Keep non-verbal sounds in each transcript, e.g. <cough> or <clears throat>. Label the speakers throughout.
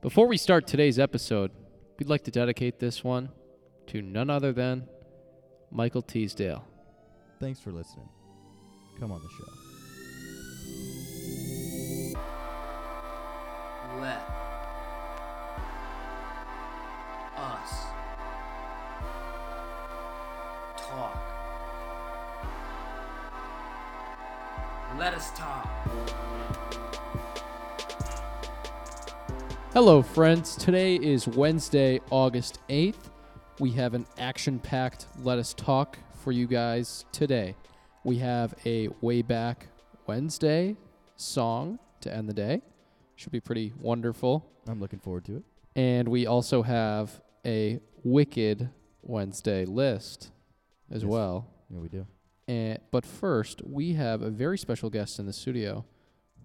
Speaker 1: Before we start today's episode, we'd like to dedicate this one to none other than Michael Teasdale.
Speaker 2: Thanks for listening. Come on the show.
Speaker 3: Let us talk. Let us talk.
Speaker 1: Hello, friends. Today is Wednesday, August 8th. We have an action packed Let Us Talk for you guys today. We have a Way Back Wednesday song to end the day. Should be pretty wonderful.
Speaker 2: I'm looking forward to it.
Speaker 1: And we also have a Wicked Wednesday list as
Speaker 2: Yes.
Speaker 1: well.
Speaker 2: Yeah, we do.
Speaker 1: And, but first, we have a very special guest in the studio.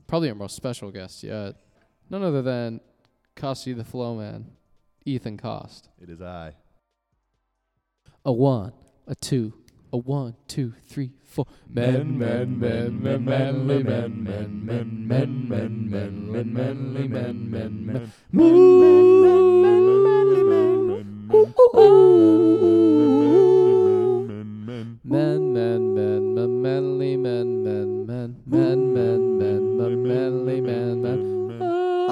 Speaker 1: Probably our most special guest yet. None other than Costi the Flow Man, Ethan Cost.
Speaker 4: It is I.
Speaker 1: A one, a two, a one, two, three, four. Men, men, men, men, manly men, men, men, men, men, men, men, manly men, men, men. Men, men, men, men, manly men, men, men, men, men, men, men, manly men, men.
Speaker 2: Ah.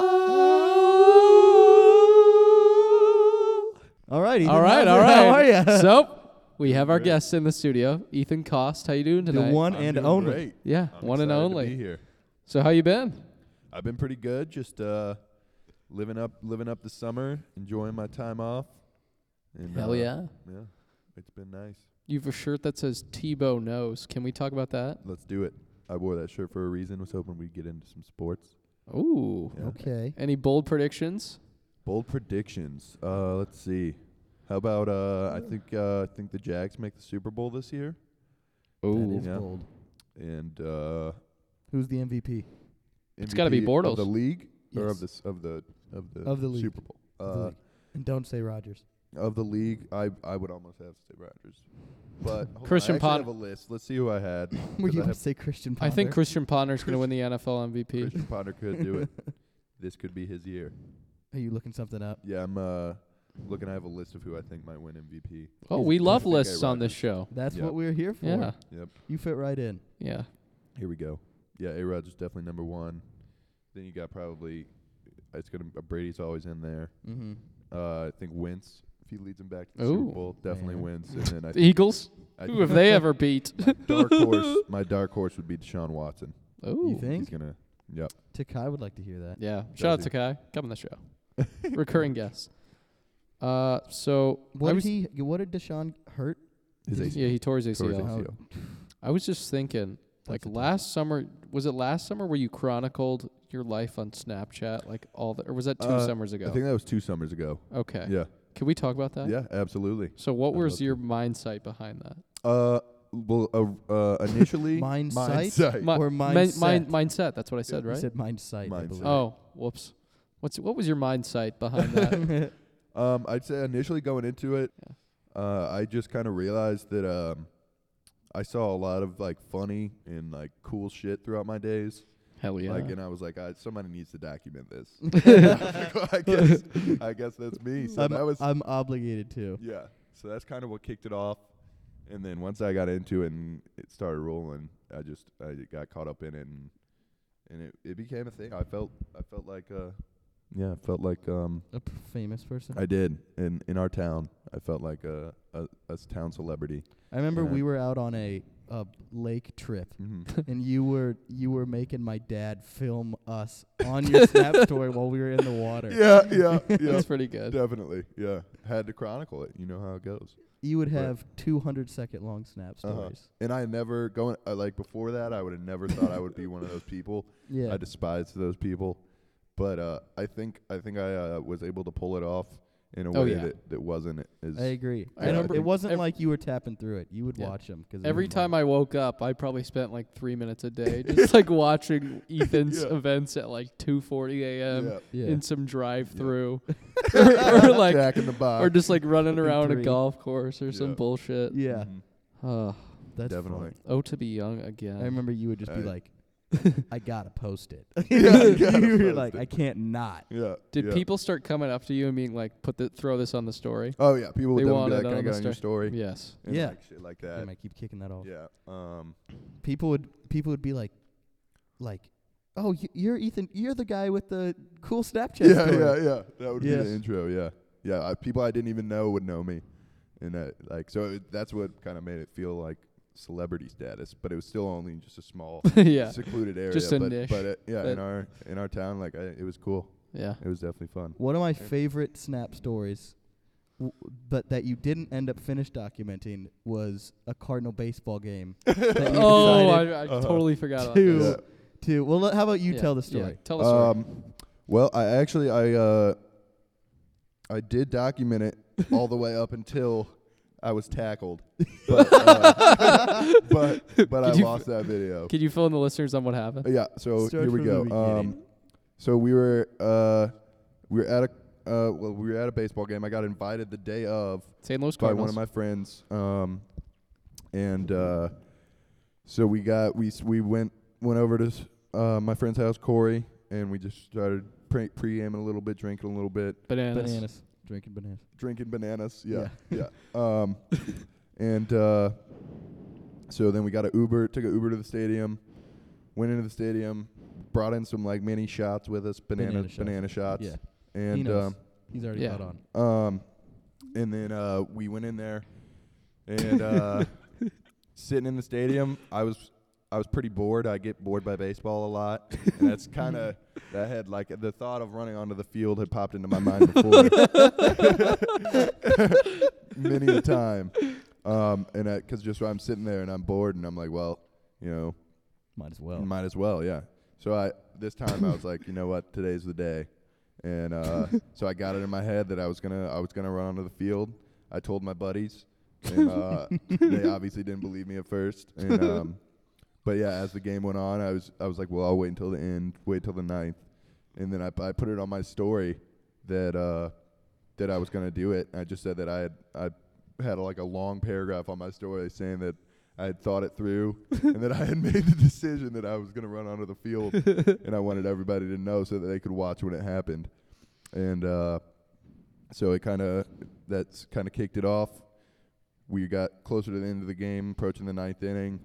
Speaker 2: All right. Ethan,
Speaker 1: All right,
Speaker 2: how's
Speaker 1: all
Speaker 2: it-
Speaker 1: right.
Speaker 2: How are you?
Speaker 1: So we have our guests in the studio. Ethan Cost, how you doing
Speaker 2: The
Speaker 1: today?
Speaker 2: one and only.
Speaker 1: Yeah,
Speaker 4: I'm
Speaker 1: one and
Speaker 4: excited to
Speaker 1: only.
Speaker 4: be here.
Speaker 1: So how you been?
Speaker 4: I've been pretty good, just uh, living up, living up the summer, enjoying my time off. And, uh,
Speaker 1: Hell yeah.
Speaker 4: yeah, it's been nice.
Speaker 1: You have a shirt that says Tebow knows. Can we talk about that?
Speaker 4: Let's do it. I wore that shirt for a reason. Was hoping we'd get into some sports.
Speaker 1: Ooh.
Speaker 4: Yeah.
Speaker 2: Okay.
Speaker 1: Any bold predictions?
Speaker 4: Bold predictions. Uh, let's see. How about uh, I think uh, I think the Jags make the Super Bowl this year,
Speaker 2: That is
Speaker 4: Yeah.
Speaker 2: bold.
Speaker 4: and uh,
Speaker 2: Who's the MVP?
Speaker 1: It's gotta be
Speaker 4: MVP
Speaker 1: Bortles.
Speaker 4: of the league or
Speaker 2: Yes.
Speaker 4: of this of the of the
Speaker 2: Of the league.
Speaker 4: Super Bowl.
Speaker 2: Of the
Speaker 4: Uh,
Speaker 2: league. and don't say Rogers.
Speaker 4: of the league, I I would almost have to say Rodgers, but hold on,
Speaker 1: Christian
Speaker 4: I actually
Speaker 1: Pon-
Speaker 4: have a list. Let's see who
Speaker 2: <laughs>
Speaker 4: I had. <laughs> 'cause
Speaker 2: Were you
Speaker 4: I
Speaker 2: going
Speaker 4: have
Speaker 2: to say Christian
Speaker 1: I think
Speaker 2: Ponder?
Speaker 1: Christian Ponder's going to win the NFL MVP.
Speaker 4: Christian <laughs> Ponder could do it. This could be his year.
Speaker 2: <laughs> Are you looking something up?
Speaker 4: Yeah, I'm uh, looking. I have a list of who I think might win MVP.
Speaker 1: Oh,
Speaker 2: He's
Speaker 1: we
Speaker 2: a
Speaker 1: love
Speaker 4: perfect guy,
Speaker 1: lists on this
Speaker 4: Rodgers.
Speaker 1: show.
Speaker 2: That's
Speaker 4: Yep.
Speaker 2: what we're here for.
Speaker 1: Yeah.
Speaker 4: Yep.
Speaker 2: You fit right in.
Speaker 1: Yeah.
Speaker 4: Here we go. Yeah, A Rod's definitely number one. Then you got probably it's gonna uh, Brady's always in there.
Speaker 2: Mm-hmm.
Speaker 4: Uh, I think Wentz if he leads him back to the
Speaker 1: Ooh.
Speaker 4: Super Bowl definitely
Speaker 2: Man.
Speaker 4: wins. And then
Speaker 1: <laughs>
Speaker 4: I
Speaker 1: The
Speaker 4: think
Speaker 1: Eagles,
Speaker 4: I
Speaker 1: who have
Speaker 4: <laughs>
Speaker 1: they ever beat? <laughs>
Speaker 4: dark horse. My dark horse would be Deshaun Watson.
Speaker 1: Ooh.
Speaker 2: You think?
Speaker 4: He's gonna. Yep.
Speaker 2: Takai would like to hear that.
Speaker 1: Yeah. Shout out
Speaker 4: Does
Speaker 1: to
Speaker 4: he?
Speaker 1: Kai. Come on the
Speaker 4: <laughs>
Speaker 1: show. Recurring guest. Uh, so I
Speaker 2: What did
Speaker 1: was,
Speaker 2: he? What did Deshaun hurt?
Speaker 4: His
Speaker 2: Did
Speaker 4: AC.
Speaker 1: yeah, he tore his
Speaker 4: Tore
Speaker 1: ACL.
Speaker 4: his
Speaker 2: ACL.
Speaker 4: ACL.
Speaker 1: I was just thinking, like
Speaker 2: a tough
Speaker 1: last summer, was it last summer where you chronicled your life on Snapchat, like all the, or was that two
Speaker 4: Uh,
Speaker 1: summers ago?
Speaker 4: I think that was two summers ago.
Speaker 1: okay,
Speaker 4: Yeah.
Speaker 1: can we talk about that?
Speaker 4: Yeah. Absolutely.
Speaker 1: So, what
Speaker 4: I'd
Speaker 1: was
Speaker 4: love to.
Speaker 1: your mindset behind that?
Speaker 4: Uh. Well. Uh.
Speaker 1: <laughs>
Speaker 4: uh initially.
Speaker 2: Mind sight?
Speaker 4: sight.
Speaker 1: Mi-
Speaker 2: Or
Speaker 1: mi-
Speaker 2: mindset.
Speaker 1: mind- mindset. That's what I said,
Speaker 2: You
Speaker 1: right?
Speaker 2: said mind sight. I
Speaker 4: Mind
Speaker 2: believe.
Speaker 4: sight.
Speaker 1: oh, whoops. What's what was your mindset
Speaker 2: <laughs>
Speaker 1: behind
Speaker 4: <laughs>
Speaker 1: that? <laughs>
Speaker 4: Um, I'd say initially going into it, uh, I just kind of realized that um, I saw a lot of like funny and like cool shit throughout my days.
Speaker 1: Hell yeah!
Speaker 4: Like, and I was like, I, somebody needs to document this.
Speaker 2: <laughs>
Speaker 4: <laughs> I guess, I guess that's me. So
Speaker 2: I'm,
Speaker 4: that was,
Speaker 2: I'm obligated to.
Speaker 4: yeah. So that's kind of what kicked it off. And then once I got into it and it started rolling, I just I got caught up in it and and it, it became a thing. I felt I felt like uh yeah, I felt like um
Speaker 2: A p- famous person.
Speaker 4: I did in in our town. I felt like a a, a s- town celebrity.
Speaker 2: I remember
Speaker 4: Yeah.
Speaker 2: we were out on a, a lake
Speaker 1: <laughs>
Speaker 2: trip,
Speaker 4: <laughs> Mm-hmm.
Speaker 2: and you were you were making my dad film us on your
Speaker 4: <laughs>
Speaker 2: snap story while we were in the water.
Speaker 4: yeah,
Speaker 1: <laughs>
Speaker 4: yeah, yeah.
Speaker 1: That's
Speaker 4: <laughs>
Speaker 1: pretty good.
Speaker 4: Definitely, yeah. Had to chronicle it. You know how it goes.
Speaker 2: You would
Speaker 4: Right.
Speaker 2: have 200 second long snap
Speaker 4: Uh-huh.
Speaker 2: stories.
Speaker 4: And I never going uh, like before that. I would have never thought I would be one of those
Speaker 1: <laughs>
Speaker 4: people.
Speaker 2: Yeah,
Speaker 4: I despise those people. But uh, I think I think I uh, was able to pull it off in a
Speaker 1: Oh,
Speaker 4: way
Speaker 1: yeah.
Speaker 4: that, that wasn't as
Speaker 2: I agree.
Speaker 4: I
Speaker 2: I
Speaker 4: remember-
Speaker 2: it wasn't
Speaker 1: ev-
Speaker 2: like you were tapping through it. You would
Speaker 1: Yeah.
Speaker 2: watch them because
Speaker 4: Mm-hmm.
Speaker 1: Every time I woke up, I probably spent like three minutes a
Speaker 4: <laughs>
Speaker 1: day just like watching Ethan's
Speaker 4: Yeah.
Speaker 1: events at like 2:40 a.m.
Speaker 4: yeah.
Speaker 2: yeah.
Speaker 1: in some drive through <laughs>
Speaker 4: <laughs>
Speaker 1: or like
Speaker 4: Jack in the box.
Speaker 1: or just like running around a
Speaker 2: three.
Speaker 1: golf course or some
Speaker 4: Yeah.
Speaker 1: bullshit.
Speaker 2: yeah,
Speaker 4: Mhm.
Speaker 1: Uh,
Speaker 2: that's
Speaker 4: Definitely.
Speaker 2: funny.
Speaker 1: oh to be young again.
Speaker 2: I remember you would just be
Speaker 4: <laughs> I-
Speaker 2: like, I gotta post it.
Speaker 4: <laughs> Yeah, you
Speaker 2: <laughs>
Speaker 4: gotta
Speaker 2: you were
Speaker 4: post
Speaker 2: like,
Speaker 4: it.
Speaker 2: I can't not.
Speaker 4: Yeah.
Speaker 1: Did
Speaker 4: yeah.
Speaker 1: people start coming up to you and being like, "Put the, throw this on the story"?
Speaker 4: Oh yeah, people would
Speaker 1: They
Speaker 4: definitely be
Speaker 1: wanted
Speaker 4: like, "Can I
Speaker 1: on
Speaker 4: get
Speaker 1: the
Speaker 4: on your story?"
Speaker 1: Yes. <laughs>
Speaker 4: And,
Speaker 2: Yeah.
Speaker 4: like, shit like
Speaker 2: Damn,
Speaker 4: that.
Speaker 2: I keep kicking that off.
Speaker 4: Yeah. Um.
Speaker 2: People would people would be like, like, oh, y- you're Ethan. You're the guy with the cool Snapchat.
Speaker 4: Yeah,
Speaker 2: story.
Speaker 4: yeah, yeah. That would
Speaker 2: Yes.
Speaker 4: be the intro. Yeah, yeah. I, people I didn't even know would know me, and that, like so it, that's what kind of made it feel like celebrity status. But it was still only just a small,
Speaker 1: <laughs> yeah.
Speaker 4: secluded area.
Speaker 1: Just a
Speaker 4: but,
Speaker 1: niche
Speaker 4: But it, yeah,
Speaker 1: that-
Speaker 4: in our in our town, like I, it was cool.
Speaker 1: Yeah.
Speaker 4: It was definitely fun.
Speaker 2: One of my favorite Snap stories, w- but that you didn't end up finish documenting, was a Cardinal baseball
Speaker 4: <laughs>
Speaker 2: game. that you
Speaker 1: Oh, I,
Speaker 2: decided
Speaker 1: I
Speaker 4: Uh-huh.
Speaker 1: totally forgot about
Speaker 2: to
Speaker 1: that.
Speaker 4: Yeah.
Speaker 2: to. Well, let- how about you
Speaker 1: Yeah,
Speaker 2: tell the
Speaker 1: yeah,
Speaker 2: story?
Speaker 1: Tell the story.
Speaker 4: Um, well, I actually I uh, I did
Speaker 1: <laughs>
Speaker 4: document it all the way up until I was tackled, but
Speaker 1: <laughs>
Speaker 4: uh, but, but I
Speaker 1: Could you-
Speaker 4: lost that video.
Speaker 1: Can you fill in the listeners on what happened?
Speaker 4: Uh, Yeah. So
Speaker 2: Start
Speaker 4: here we
Speaker 2: from the
Speaker 4: go. Um,
Speaker 2: beginning.
Speaker 4: so we were uh, we were at a uh, well we were at a baseball game. I got invited the day of
Speaker 1: St. Louis
Speaker 4: by
Speaker 1: Cardinals.
Speaker 4: one of my friends. Um, and uh, so we got we s- we went went over to s- uh, my friend's house, Corey, and we just started pre- preamming a little bit, drinking a little bit,
Speaker 1: bananas.
Speaker 2: Bananas, drinking bananas.
Speaker 4: drinking bananas. Yeah, yeah. Um, and uh, so then we got a Uber, took a Uber to the stadium, went into the stadium, brought in some like mini shots with us, banana
Speaker 2: Banana shots.
Speaker 4: banana shots.
Speaker 2: <laughs> Yeah, he
Speaker 4: And
Speaker 2: knows.
Speaker 4: um,
Speaker 2: he's already
Speaker 1: yeah.
Speaker 2: caught on.
Speaker 4: um, and then uh, we went in there, and uh, sitting in the stadium, I was I was pretty bored. I get bored by baseball a lot, and that's kind of that had like the thought of running onto the field had popped into my mind before <laughs> many a time, um, and because just I'm sitting there and I'm bored and I'm like, well, you know,
Speaker 2: Might as well.
Speaker 4: might as well, yeah. So I this time I was like, you know what, today's the day, and uh, so I got it in my head that I was gonna I was gonna run onto the field. I told my buddies, and uh, they obviously didn't believe me at first. And um, but yeah, as the game went on, I was I was like, well, I'll wait until the end, wait till the ninth, and then I I put it on my story that uh, that I was gonna do it. I just said that I had I had like a long paragraph on my story saying that I had thought it through <laughs> and that I had made the decision that I was going to run onto the field and I wanted everybody to know so that they could watch when it happened. And uh, so it kind of that's kind of kicked it off. We got closer to the end of the game, approaching the ninth inning.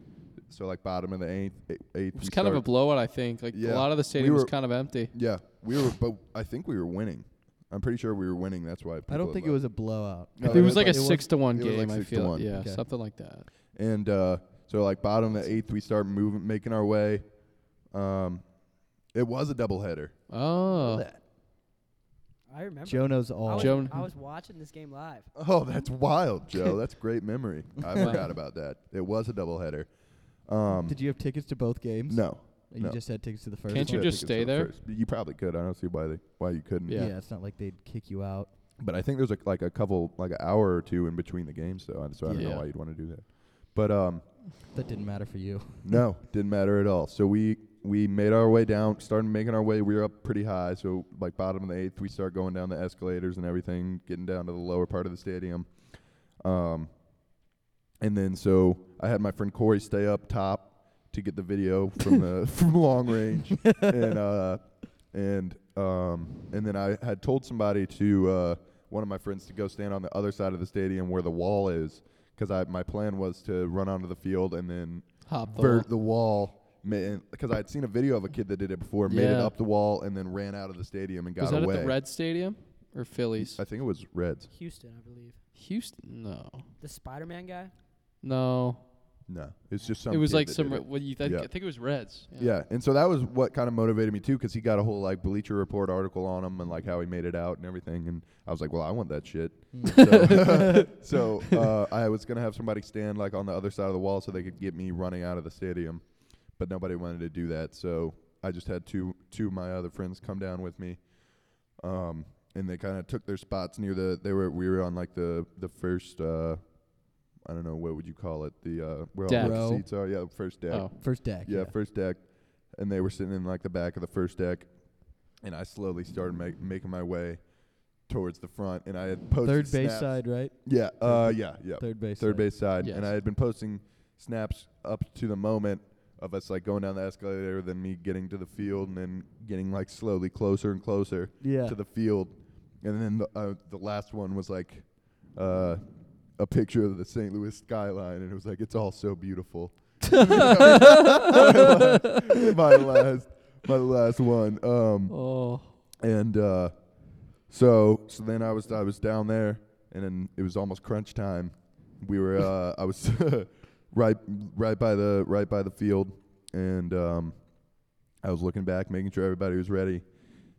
Speaker 4: So like bottom of the eighth, e, eighth.
Speaker 1: It
Speaker 4: we
Speaker 1: was kind of a
Speaker 4: start-
Speaker 1: blowout, I think. Like a
Speaker 4: Yeah.
Speaker 1: lot of the stadium was
Speaker 4: were-
Speaker 1: kind of empty.
Speaker 4: yeah. We were, but I think we were winning. I'm pretty sure we were winning. That's why
Speaker 2: I
Speaker 4: people
Speaker 2: don't think it
Speaker 4: had
Speaker 2: was
Speaker 4: left.
Speaker 2: a blowout.
Speaker 4: No,
Speaker 1: it was
Speaker 4: was
Speaker 1: like a
Speaker 4: like- it was-
Speaker 1: six to one
Speaker 4: it was
Speaker 1: game.
Speaker 4: like
Speaker 1: I
Speaker 4: six to
Speaker 1: feel.
Speaker 4: one.
Speaker 1: Yeah,
Speaker 2: Okay.
Speaker 1: something like that.
Speaker 4: And uh, so, like bottom of the eighth, we start moving, making our way. Um, it was a doubleheader.
Speaker 1: Oh,
Speaker 5: I remember.
Speaker 2: <laughs> Joe knows
Speaker 5: I
Speaker 2: all.
Speaker 5: was,
Speaker 1: Joe-
Speaker 5: I was watching this game live.
Speaker 4: Oh, that's wild, <laughs> Joe. That's a great memory. I
Speaker 1: Wow.
Speaker 4: forgot about that. It was a doubleheader. Um,
Speaker 2: Did you have tickets to both games?
Speaker 4: no,
Speaker 2: You
Speaker 4: no.
Speaker 2: just had tickets to the first.
Speaker 1: Can't you
Speaker 2: one?
Speaker 4: I
Speaker 1: just
Speaker 4: think it's
Speaker 1: stay
Speaker 4: the
Speaker 1: there?
Speaker 4: first. You probably could. I don't see why they why you couldn't.
Speaker 1: Yeah.
Speaker 2: Yeah. it's not like they'd kick you out.
Speaker 4: But I think there's like like a couple like an hour or two in between the games, though. So I don't
Speaker 1: Yeah.
Speaker 4: know why you'd want to do that. But um,
Speaker 2: That didn't matter for you.
Speaker 4: No, didn't matter at all. So we we made our way down, started making our way. We were up pretty high, so like bottom of the eighth, we start going down the escalators and everything, getting down to the lower part of the stadium. Um, and then so I had my friend Corey stay up top to get the video from the from long range, and uh, and um, and then I had told somebody to uh, one of my friends to go stand on the other side of the stadium where the wall is. Because I my plan was to run onto the field and then
Speaker 1: hop the
Speaker 4: vert the wall because I had seen a video of a kid that did it before, made it
Speaker 1: Yeah.
Speaker 4: up the wall, and then ran out of the stadium and got
Speaker 1: Was that
Speaker 4: away.
Speaker 1: at the Red Stadium or Phillies?
Speaker 4: I think it was Reds.
Speaker 5: Houston, I believe.
Speaker 1: Houston? No,
Speaker 5: The Spider-Man guy.
Speaker 1: no.
Speaker 4: No, it's just some.
Speaker 1: it was
Speaker 4: kid
Speaker 1: like
Speaker 4: that
Speaker 1: some.
Speaker 4: did
Speaker 1: Re-
Speaker 4: it.
Speaker 1: what you think?
Speaker 4: Yeah.
Speaker 1: I think it was Reds.
Speaker 4: Yeah. and so that was what kind of motivated me too, because he got a whole like Bleacher Report article on him and like how he made it out and everything, and I was like, well, I want that shit.
Speaker 1: <laughs>
Speaker 4: so <laughs> so, uh, I was gonna have somebody stand like on the other side of the wall so they could get me running out of the stadium, but nobody wanted to do that, so I just had two two of my other friends come down with me, um, and they kind of took their spots near the they were we were on like the the first. Uh, I don't know what would you call it the uh, where
Speaker 1: Deck.
Speaker 4: all
Speaker 2: Row.
Speaker 4: the seats are yeah the first deck
Speaker 1: Oh,
Speaker 2: <laughs> First deck.
Speaker 4: yeah, first deck, and they were sitting in like the back of the first deck, and I slowly started make, making my way towards the front, and I had posted
Speaker 2: Third base
Speaker 4: snaps-
Speaker 2: side, right?
Speaker 4: Yeah, uh, yeah, yeah,
Speaker 2: Third base.
Speaker 4: third base side,
Speaker 1: Yes.
Speaker 4: and I had been posting snaps up to the moment of us like going down the escalator, then me getting to the field, and then getting like slowly closer and closer
Speaker 2: Yeah. <laughs>
Speaker 4: to the field, and then the, uh, the last one was like uh, a picture of the St. Louis skyline, and it was like it's all so beautiful. <laughs> my last, my last one. Um,
Speaker 1: Oh,
Speaker 4: and uh, so so then I was I was down there, and then it was almost crunch time. We were uh, I was <laughs> right right by the right by the field, and um, I was looking back, making sure everybody was ready.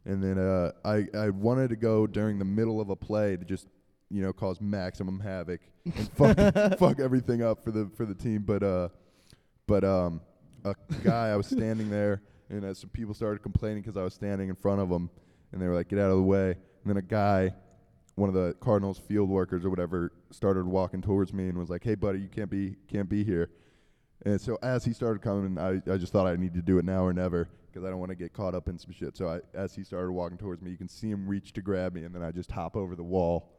Speaker 4: And then uh, I I wanted to go during the middle of a play to just you know cause maximum havoc and fuck fuck everything up for the for the team, but uh, but um, a guy I was standing there, and uh, some people started complaining because I was standing in front of them, and they were like, "Get out of the way." And then a guy, one of the Cardinals field workers or whatever, started walking towards me and was like, "Hey, buddy, you can't be can't be here." And so as he started coming, I, I just thought I need to do it now or never because I don't want to get caught up in some shit. So I, as he started walking towards me, you can see him reach to grab me, and then I just hop over
Speaker 2: <laughs>
Speaker 4: the wall.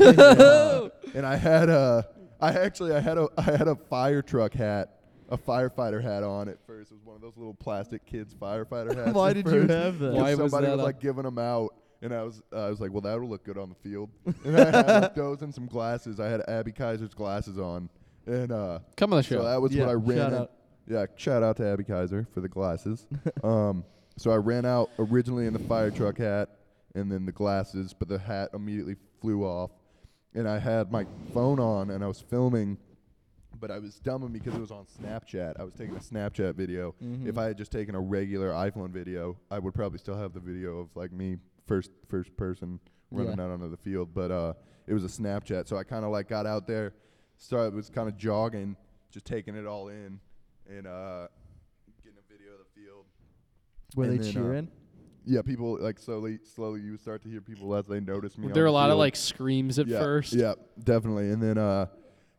Speaker 4: uh, and I had a, I actually I had a I had a fire truck hat, a firefighter hat on at first. It was one of those little plastic kids firefighter hats.
Speaker 2: Why
Speaker 4: at
Speaker 2: did you
Speaker 4: first.
Speaker 2: have that?
Speaker 4: 'Cause
Speaker 1: Why was
Speaker 4: somebody
Speaker 1: that
Speaker 4: was
Speaker 1: a-
Speaker 4: like giving them out, and I was uh, I was like, well, that'll look good on the
Speaker 1: <laughs>
Speaker 4: field. And I had like, those and some glasses. I had Abby Kaiser's glasses on, and uh,
Speaker 1: come on the show.
Speaker 4: so that was
Speaker 2: Yeah,
Speaker 4: what I ran.
Speaker 2: shout
Speaker 4: in-
Speaker 2: out.
Speaker 4: Yeah, shout out to Abby Kaiser for the glasses. <laughs> um, so I ran out originally in the fire truck hat and then the glasses, but the hat immediately flew off. And I had my phone on and I was filming, but I was dumbing because it was on Snapchat. I was taking a Snapchat video.
Speaker 2: Mm-hmm.
Speaker 4: If I had just taken a regular iPhone video, I would probably still have the video of like me first first person running
Speaker 2: Yeah.
Speaker 4: out onto the field. But uh, it was a Snapchat, so I kind of like got out there, started was kind of jogging, just taking it all in, and uh, getting a video of the field.
Speaker 2: Were
Speaker 4: And
Speaker 2: they
Speaker 4: then, uh,
Speaker 2: cheering?
Speaker 4: Yeah, people like slowly, slowly you start to hear people as they notice me.
Speaker 1: Were
Speaker 4: on
Speaker 1: there a
Speaker 4: the
Speaker 1: lot of
Speaker 4: field.
Speaker 1: like screams at
Speaker 4: yeah,
Speaker 1: first?
Speaker 4: Yeah, definitely. And then, uh,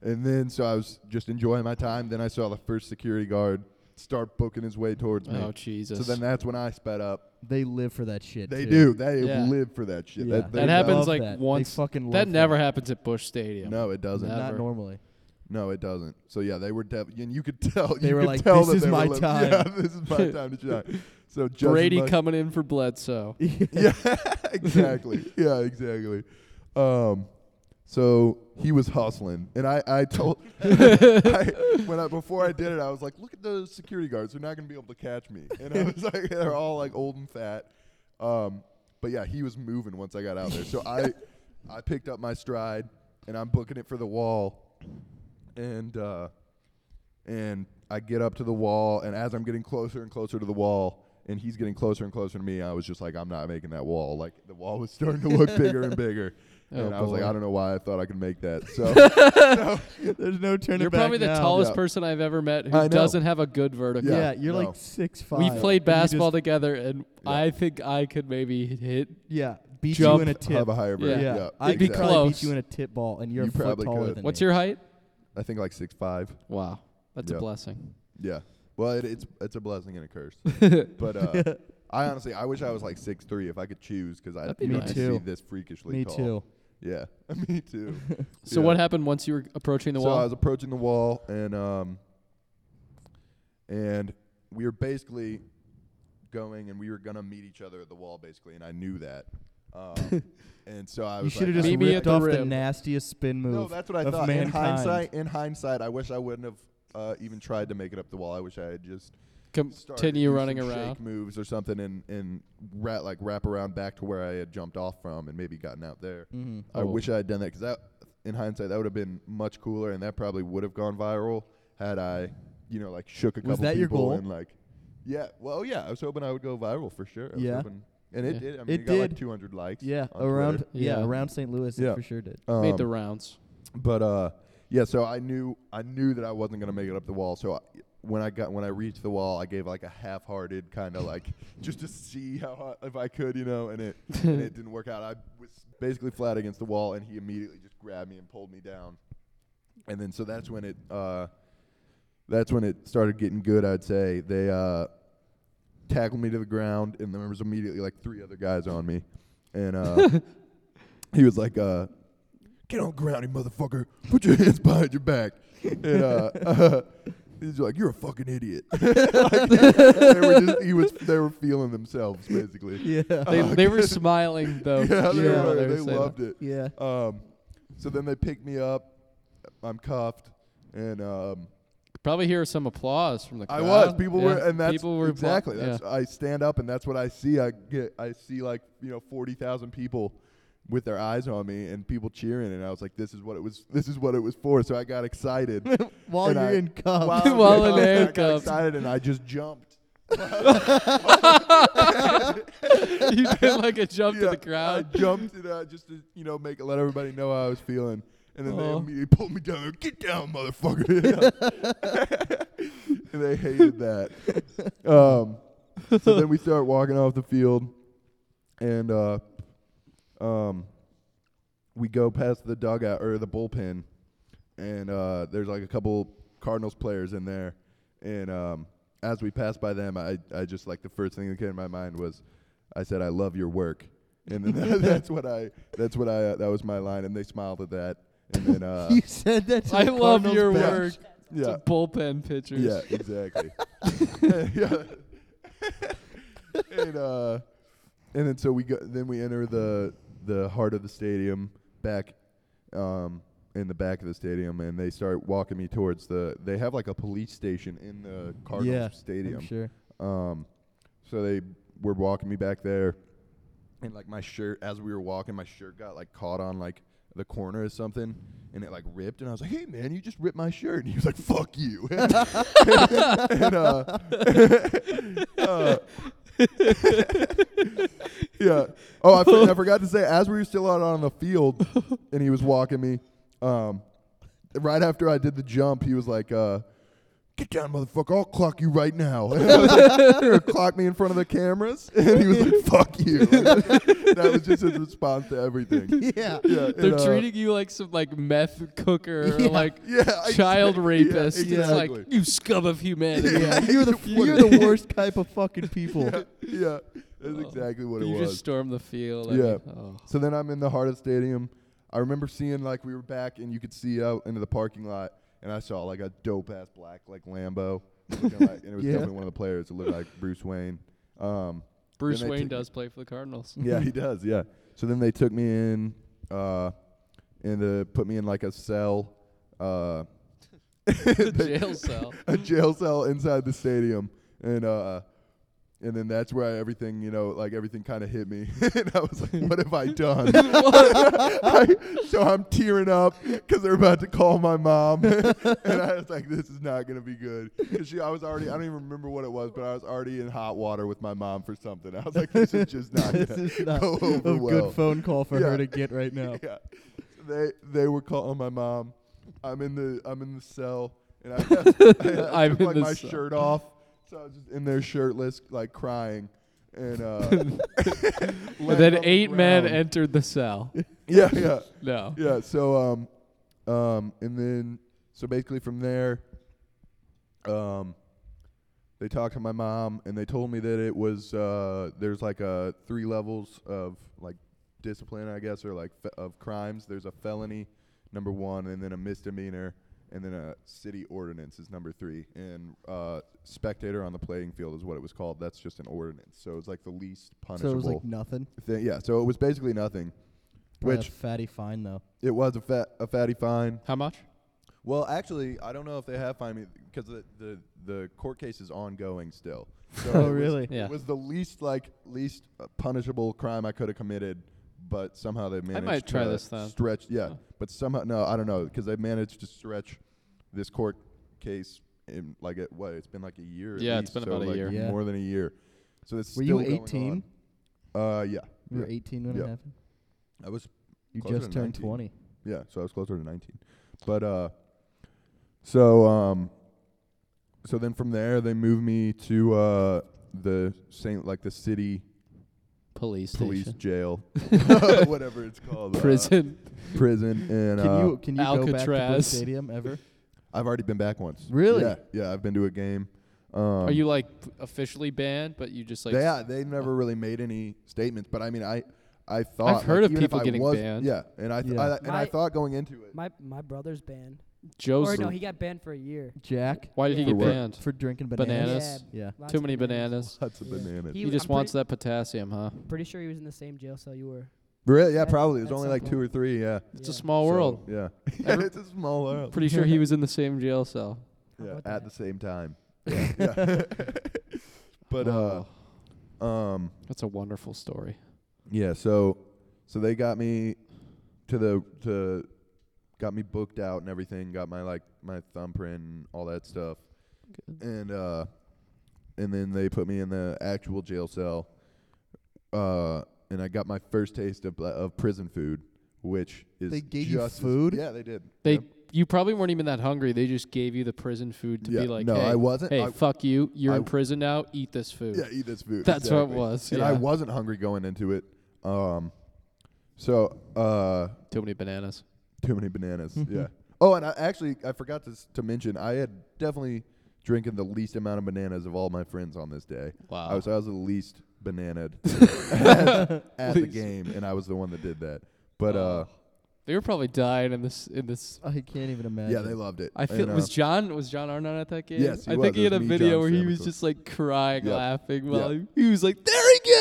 Speaker 4: and then so I was just enjoying my time. Then I saw the first security guard start booking his way towards me.
Speaker 1: Oh Jesus.
Speaker 4: so then that's when I sped up.
Speaker 2: they live for that shit.
Speaker 4: They
Speaker 2: too.
Speaker 4: do. They
Speaker 1: Yeah.
Speaker 4: live for that shit.
Speaker 2: Yeah.
Speaker 4: That,
Speaker 1: That
Speaker 4: they-
Speaker 1: happens,
Speaker 2: love
Speaker 1: like,
Speaker 2: that. They
Speaker 1: once.
Speaker 2: fucking love
Speaker 1: that never happens at Bush Stadium.
Speaker 4: No, it doesn't.
Speaker 1: That-
Speaker 2: Not
Speaker 1: ever.
Speaker 2: normally. <laughs>
Speaker 4: No, it doesn't. So yeah, they were def- and you could <laughs> tell.
Speaker 2: They
Speaker 4: you
Speaker 2: were
Speaker 4: could
Speaker 2: like,
Speaker 4: tell
Speaker 2: "This
Speaker 4: that
Speaker 2: is
Speaker 4: they were
Speaker 2: my
Speaker 4: li- <laughs>
Speaker 2: time."
Speaker 4: Yeah, this is
Speaker 2: <laughs>
Speaker 4: my time to shine. So just
Speaker 1: Brady
Speaker 4: like-
Speaker 1: coming in for Bledsoe.
Speaker 4: <laughs> <laughs> yeah, exactly. Yeah, exactly. Um, so he was hustling, and I, I told <laughs> I, when I before I did it, I was like, "Look at those security guards; they're not going to be able to catch me." And I was <laughs> like, "They're all like old and fat." Um, but yeah, he was moving once I got out there, so I I picked up my stride, and I'm booking it for the wall, and uh, and I get up to the wall, and as I'm getting closer and closer to the wall, and he's getting closer and closer to me, I was just like, I'm not making that wall. Like the wall was starting to look bigger and bigger,
Speaker 1: Oh,
Speaker 4: and I was like,
Speaker 1: boy.
Speaker 4: I don't know why I thought I could make that. So
Speaker 2: There's no turning
Speaker 1: You're probably the
Speaker 2: back now.
Speaker 1: tallest
Speaker 4: Yeah.
Speaker 1: person I've ever met
Speaker 4: I
Speaker 1: who
Speaker 4: know.
Speaker 1: doesn't have a good vertical.
Speaker 2: Yeah,
Speaker 4: Yeah,
Speaker 2: you're
Speaker 4: no.
Speaker 2: like six five.
Speaker 1: We played basketball
Speaker 2: Just,
Speaker 1: together, and
Speaker 4: Yeah.
Speaker 1: I think I could maybe hit.
Speaker 2: yeah, beat
Speaker 1: Jump.
Speaker 2: you in a
Speaker 4: have
Speaker 2: tip.
Speaker 4: a higher
Speaker 1: Yeah.
Speaker 4: vertical. Yeah,
Speaker 2: I
Speaker 1: It'd be
Speaker 2: could
Speaker 4: exactly.
Speaker 2: probably
Speaker 1: close.
Speaker 2: beat you in a tip ball, and you're
Speaker 4: You
Speaker 2: a foot
Speaker 4: probably
Speaker 2: taller
Speaker 4: could.
Speaker 2: than
Speaker 1: What's
Speaker 2: me.
Speaker 1: your height?
Speaker 4: I think like six five.
Speaker 1: Wow, that's a
Speaker 4: Yeah.
Speaker 1: blessing.
Speaker 4: Yeah. Well, it, it's it's a blessing and a curse.
Speaker 2: <laughs>
Speaker 4: but uh, I honestly, I wish I was like six three if I could choose because I'd
Speaker 1: That'd be
Speaker 4: like
Speaker 1: nice.
Speaker 4: to
Speaker 2: Me
Speaker 4: see
Speaker 2: too.
Speaker 4: this freakishly
Speaker 2: Me
Speaker 4: tall.
Speaker 2: too.
Speaker 4: Yeah, <laughs> me too.
Speaker 1: So
Speaker 4: Yeah.
Speaker 1: what happened once you were approaching the
Speaker 4: so
Speaker 1: wall?
Speaker 4: I was approaching the wall, and um, and we were basically going, and we were gonna meet each other at the wall, basically, and I knew that.
Speaker 1: <laughs>
Speaker 4: Um, and so I
Speaker 2: You
Speaker 4: was
Speaker 2: should
Speaker 4: like,
Speaker 2: have
Speaker 4: I-
Speaker 2: just
Speaker 1: Meet me at
Speaker 2: ripped
Speaker 1: the
Speaker 2: off the
Speaker 1: rim.
Speaker 2: nastiest spin move.
Speaker 4: no, that's what I
Speaker 2: of
Speaker 4: thought. In
Speaker 2: mankind.
Speaker 4: hindsight, in hindsight, I wish I wouldn't have uh, even tried to make it up the wall. I wish I had just started to
Speaker 1: Continue
Speaker 4: do
Speaker 1: running
Speaker 4: some
Speaker 1: around.
Speaker 4: shake moves or something, and and rat like wrap around back to where I had jumped off from, and maybe gotten out there.
Speaker 2: Mhm.
Speaker 4: I
Speaker 1: Oh.
Speaker 4: wish I had done that because that, in hindsight, that would have been much cooler, and that probably would have gone viral had I, you know, like shook a
Speaker 2: Was
Speaker 4: couple
Speaker 2: that your
Speaker 4: people
Speaker 2: goal?
Speaker 4: and like, yeah, well, yeah, I was hoping I would go viral for sure. I was
Speaker 2: Yeah.
Speaker 4: hoping- and it
Speaker 1: Yeah.
Speaker 4: did. I mean,
Speaker 2: It
Speaker 4: it, got
Speaker 2: did.
Speaker 4: like 200 likes.
Speaker 2: Yeah,
Speaker 4: on
Speaker 2: around
Speaker 4: Twitter.
Speaker 2: yeah,
Speaker 1: Yeah.
Speaker 2: around St. Louis, it
Speaker 4: Yeah.
Speaker 2: for sure did.
Speaker 1: Made the
Speaker 4: Um,
Speaker 1: rounds.
Speaker 4: but uh, yeah, so I knew I knew that I wasn't gonna make it up the wall. So I, when I got when I reached the wall, I gave like a half-hearted kind of like <laughs> just to see how hard, if I could, you know, and it and it didn't work out. I was basically flat against the wall, and he immediately just grabbed me and pulled me down. And then so that's when it uh, that's when it started getting good. I'd say they uh, tackled me to the ground, and there was immediately like three other guys on me,
Speaker 1: <laughs>
Speaker 4: and uh, he was like. Uh, Get on the ground, you motherfucker! Put your hands behind your back. And, uh, <laughs> He's like, "You're a fucking idiot." <laughs> Like, they were just, he was. They were feeling themselves, basically.
Speaker 2: <laughs> yeah.
Speaker 1: They,
Speaker 4: Oh,
Speaker 1: they were
Speaker 4: good. <laughs>
Speaker 1: smiling though.
Speaker 4: Yeah,
Speaker 1: for
Speaker 4: they,
Speaker 1: sure
Speaker 2: Yeah.
Speaker 1: when
Speaker 4: were.
Speaker 1: were
Speaker 4: They
Speaker 1: saying that.
Speaker 4: loved it.
Speaker 2: yeah.
Speaker 4: Um, so then they picked me up. I'm cuffed, and um,
Speaker 1: Probably hear some applause from the crowd.
Speaker 4: I was. People were,
Speaker 1: Yeah.
Speaker 4: and that's
Speaker 1: people were appla-
Speaker 4: exactly.
Speaker 1: yeah. <laughs>
Speaker 4: <laughs> That's I stand up, and that's what I see. I get, I see like you know forty thousand people with their eyes on me, and people cheering, and I was like, "This is what it was. This is what it was for." So I got
Speaker 1: <laughs>
Speaker 4: excited.
Speaker 2: While
Speaker 4: and
Speaker 2: you're
Speaker 4: I-
Speaker 2: in cuffs.
Speaker 4: While, I'm
Speaker 1: While in
Speaker 4: cuffs, I got
Speaker 1: handcuffs.
Speaker 4: excited, and I just jumped.
Speaker 1: you did like a jump to
Speaker 4: Yeah,
Speaker 1: the crowd.
Speaker 4: I jumped and uh, just to you know make let everybody know how I was feeling, and then they
Speaker 1: Aw.
Speaker 4: immediately pulled me down. Get down, motherfucker! <laughs> and they hated that. Um, so then we start walking off the field, and uh, um, we go past the dugout or the bullpen, and uh, there's like a couple Cardinals players in there, and um, as we passed by them, I, I just like the first thing that came to my mind was, I said, "I love your work," and then <laughs> that, that's what I that's what I uh, that was my line, and they smiled at that, and then uh,
Speaker 2: <laughs> you said that to
Speaker 1: I
Speaker 2: the
Speaker 1: love
Speaker 2: Cardinals
Speaker 1: your
Speaker 2: bench.
Speaker 1: work. It's
Speaker 4: yeah,
Speaker 1: a bullpen pitchers.
Speaker 4: yeah, exactly. <laughs> yeah. and uh, and then so we go. Then we enter the the heart of the stadium, back, um, in the back of the stadium, and they start walking me towards the. They have like a police station in the
Speaker 2: Yeah,
Speaker 4: Cardinals stadium.
Speaker 2: I'm sure.
Speaker 4: Um, so they were walking me back there, and like my shirt, as we were walking, my shirt got like caught on like the corner or something, and it like ripped, and I was like, "Hey man, you just ripped my shirt," and he was like, "Fuck you." <laughs> and, uh,
Speaker 1: <laughs>
Speaker 4: uh, <laughs> yeah. Oh, I, for- I forgot to say, as we were still out on the field, and he was walking me, um, right after I did the jump, he was like, uh, "Get down, motherfucker! I'll clock you right now." <laughs> And I was like, "You're gonna clock me in front of the cameras, and he was like, "Fuck you." <laughs> that was just his response to everything.
Speaker 1: <laughs>
Speaker 2: Yeah.
Speaker 4: <laughs> <laughs> Yeah, and,
Speaker 1: They're
Speaker 4: uh,
Speaker 1: treating you like some like meth cooker
Speaker 2: Yeah.
Speaker 1: or like
Speaker 4: <laughs> yeah,
Speaker 1: child
Speaker 4: exactly.
Speaker 1: rapist.
Speaker 4: Yeah,
Speaker 1: It's like
Speaker 4: exactly.
Speaker 1: you scum of humanity. <laughs>
Speaker 4: <laughs>
Speaker 2: Yeah, you're the you're the worst type of fucking people.
Speaker 4: yeah, that's
Speaker 1: Oh.
Speaker 4: exactly what
Speaker 1: you
Speaker 4: it was.
Speaker 1: just storm the field. I
Speaker 4: Yeah.
Speaker 1: mean, oh.
Speaker 4: So then I'm in the heart of the stadium. I remember seeing like we were back and you could see out into the parking lot and I saw like a dope ass black like Lambo. looking like- and it was
Speaker 2: Yeah.
Speaker 4: definitely one of the players. It looked like Bruce Wayne. Um,
Speaker 1: Bruce
Speaker 4: they
Speaker 1: Wayne
Speaker 4: took-
Speaker 1: does play for the Cardinals. <laughs>
Speaker 4: yeah, <laughs> he does. Yeah. So then they took me in uh, and uh, put me in like a cell. Uh,
Speaker 1: Jail
Speaker 4: <laughs>
Speaker 1: cell.
Speaker 4: a jail cell inside the stadium, and uh, and then that's where I, everything you know, like everything kind of hit me, <laughs> and I was like, "What
Speaker 2: <laughs>
Speaker 4: have I done?" <laughs> I- so I'm tearing up because they're about to call my mom, <laughs> and I was like, "This is not gonna be good." 'Cause she, I was already, I don't even remember what it was, but I was already in hot water with my mom for something. I was like, "This is
Speaker 2: <laughs>
Speaker 4: just not
Speaker 2: this
Speaker 4: gonna
Speaker 2: is not
Speaker 4: go
Speaker 2: a
Speaker 4: over well."
Speaker 2: good phone call for
Speaker 4: Yeah.
Speaker 2: her to get right
Speaker 4: <laughs>
Speaker 2: now.
Speaker 4: Yeah. They they were calling my mom. I'm in the I'm in the cell and I, <laughs> have, I,
Speaker 1: I'm
Speaker 4: took
Speaker 1: in
Speaker 4: like
Speaker 1: the
Speaker 4: my
Speaker 1: cell.
Speaker 4: shirt off. So I was just in there shirtless, like crying. And uh <laughs>
Speaker 1: And then eight men entered the cell.
Speaker 4: <laughs> Yeah, yeah.
Speaker 1: No.
Speaker 4: Yeah. So um um and then so basically from there um they talked to my mom and they told me that it was uh there's like uh three levels of like discipline I guess or like fe- of crimes. There's a felony number 1 and then a misdemeanor and then a city ordinance is number 3 and uh spectator on the playing field is what it was called. That's just an ordinance. So it's like the least
Speaker 2: So it
Speaker 4: punishable
Speaker 2: was like nothing.
Speaker 4: thing. Yeah, so it was basically nothing.
Speaker 2: Probably a
Speaker 4: Which
Speaker 2: fatty fine though.
Speaker 4: it was a fat a fatty fine.
Speaker 1: How much?
Speaker 4: Well, actually, I don't know if they have fined me because the, the the court case is ongoing still. So
Speaker 2: Oh,
Speaker 4: it was-
Speaker 2: really?
Speaker 1: Yeah.
Speaker 4: It was the least like least uh, punishable crime I could have committed, but somehow they managed.
Speaker 1: might try
Speaker 4: to
Speaker 1: this though.
Speaker 4: Stretch, yeah,
Speaker 1: Oh.
Speaker 4: but somehow no, I don't know because they managed to stretch this court case in like it, what it's been like a year. at
Speaker 1: Yeah, it's
Speaker 4: least,
Speaker 1: been
Speaker 4: so,
Speaker 1: about a
Speaker 4: like,
Speaker 1: year.
Speaker 2: Yeah.
Speaker 4: more than a year. So it's
Speaker 2: Were
Speaker 4: still
Speaker 2: you
Speaker 4: going
Speaker 2: 18?
Speaker 4: on. Uh, yeah,
Speaker 2: You were
Speaker 4: yeah.
Speaker 2: 18 when
Speaker 4: Yeah.
Speaker 2: it happened.
Speaker 4: I was
Speaker 2: You
Speaker 4: Closer
Speaker 2: just
Speaker 4: to
Speaker 2: turned
Speaker 4: 19.
Speaker 2: 20.
Speaker 4: Yeah, so I was closer to 19. But uh so um so then from there they moved me to uh the Saint like the city
Speaker 1: Police
Speaker 4: police
Speaker 1: station. <laughs>
Speaker 4: jail. <laughs> whatever it's called. uh,
Speaker 1: Prison.
Speaker 4: prison
Speaker 2: Can
Speaker 4: and uh,
Speaker 2: you can you go back to the
Speaker 1: Alcatraz.
Speaker 2: stadium ever?
Speaker 1: <laughs>
Speaker 4: I've already been back once.
Speaker 2: Really?
Speaker 4: Yeah, yeah, I've been to a game. Um
Speaker 1: Are you like officially banned, but you just like
Speaker 4: they, yeah, they never really made any statements, but I mean I I thought
Speaker 1: heard of
Speaker 4: like, even if
Speaker 1: people
Speaker 4: I
Speaker 1: getting
Speaker 4: was-
Speaker 1: banned.
Speaker 4: Yeah, and I, th-
Speaker 2: Yeah.
Speaker 4: I and I
Speaker 5: My-
Speaker 4: thought going into it.
Speaker 5: My my brother's band.
Speaker 1: Joe's.
Speaker 5: Or no, he got banned for a year.
Speaker 2: Jack
Speaker 1: why did he
Speaker 5: For
Speaker 1: get
Speaker 4: what?
Speaker 1: banned?
Speaker 2: for drinking bananas.
Speaker 1: Bananas.
Speaker 5: Bananas?
Speaker 2: Yeah.
Speaker 5: Lots
Speaker 1: Too
Speaker 5: of
Speaker 1: many bananas.
Speaker 4: Lots of
Speaker 5: Yeah.
Speaker 4: bananas.
Speaker 1: He,
Speaker 5: He-
Speaker 1: just
Speaker 5: I'm
Speaker 1: wants that potassium, huh?
Speaker 5: Pretty sure he was in the same jail cell you were.
Speaker 4: Really? Yeah,
Speaker 5: At-
Speaker 4: probably. It was
Speaker 5: at
Speaker 4: only
Speaker 5: some
Speaker 4: like two or
Speaker 5: point.
Speaker 4: three. Yeah.
Speaker 1: It's
Speaker 5: Yeah.
Speaker 1: a small
Speaker 4: So, uh,
Speaker 1: world.
Speaker 4: Yeah.
Speaker 1: <laughs>
Speaker 4: <laughs>
Speaker 1: Every-
Speaker 4: it's a small world.
Speaker 1: Pretty sure he
Speaker 4: <laughs>
Speaker 1: was in the same jail cell.
Speaker 5: How
Speaker 4: yeah,
Speaker 5: about
Speaker 4: at the
Speaker 5: that?
Speaker 4: same
Speaker 1: <laughs>
Speaker 4: time. Yeah, yeah. <laughs> but uh,
Speaker 1: Oh,
Speaker 4: um,
Speaker 1: that's a wonderful story.
Speaker 4: yeah. So, so they got me to the to got me booked out and everything. Got my like my thumbprint and all that stuff. And uh, and then they put me in the actual jail cell. Uh, and I got my first taste of bla- of prison food, which is
Speaker 2: They gave you
Speaker 4: just as-
Speaker 2: food?
Speaker 4: yeah, they did.
Speaker 1: They
Speaker 4: Yep.
Speaker 1: you probably weren't even that hungry. They just gave you the prison food to
Speaker 4: Yeah,
Speaker 1: be like,
Speaker 4: no,
Speaker 1: hey,
Speaker 4: I wasn't.
Speaker 1: Hey,
Speaker 4: I-
Speaker 1: fuck you. You're in
Speaker 4: I-
Speaker 1: prison now. Eat this food.
Speaker 4: Yeah, eat this food.
Speaker 1: That's what it
Speaker 4: exactly.
Speaker 1: was,
Speaker 4: And I
Speaker 1: yeah.
Speaker 4: wasn't hungry going into it. Um, so uh,
Speaker 1: Too many bananas.
Speaker 4: too many bananas.
Speaker 1: Mm-hmm.
Speaker 4: yeah. Oh, and I actually I forgot to s- to mention I had definitely drinking the least amount of bananas of all my friends on this day.
Speaker 1: Wow.
Speaker 4: I was I was the least
Speaker 1: <laughs>
Speaker 4: bananaed at, at the
Speaker 1: Least.
Speaker 4: game, and I was the one that did that. But uh,
Speaker 1: Oh. They were probably dying in this in this.
Speaker 2: I can't even imagine.
Speaker 4: uh, yeah, they loved it.
Speaker 1: I feel
Speaker 4: And, uh,
Speaker 1: was John was John Arnon at that game.
Speaker 4: Yes, he
Speaker 1: I
Speaker 4: was.
Speaker 1: think he
Speaker 4: It
Speaker 1: had
Speaker 4: was
Speaker 1: a
Speaker 4: me,
Speaker 1: video
Speaker 4: John
Speaker 1: where he was
Speaker 4: Stamkos.
Speaker 1: just like crying,
Speaker 4: Yep.
Speaker 1: laughing while
Speaker 4: Yep.
Speaker 1: he, he was like, "There he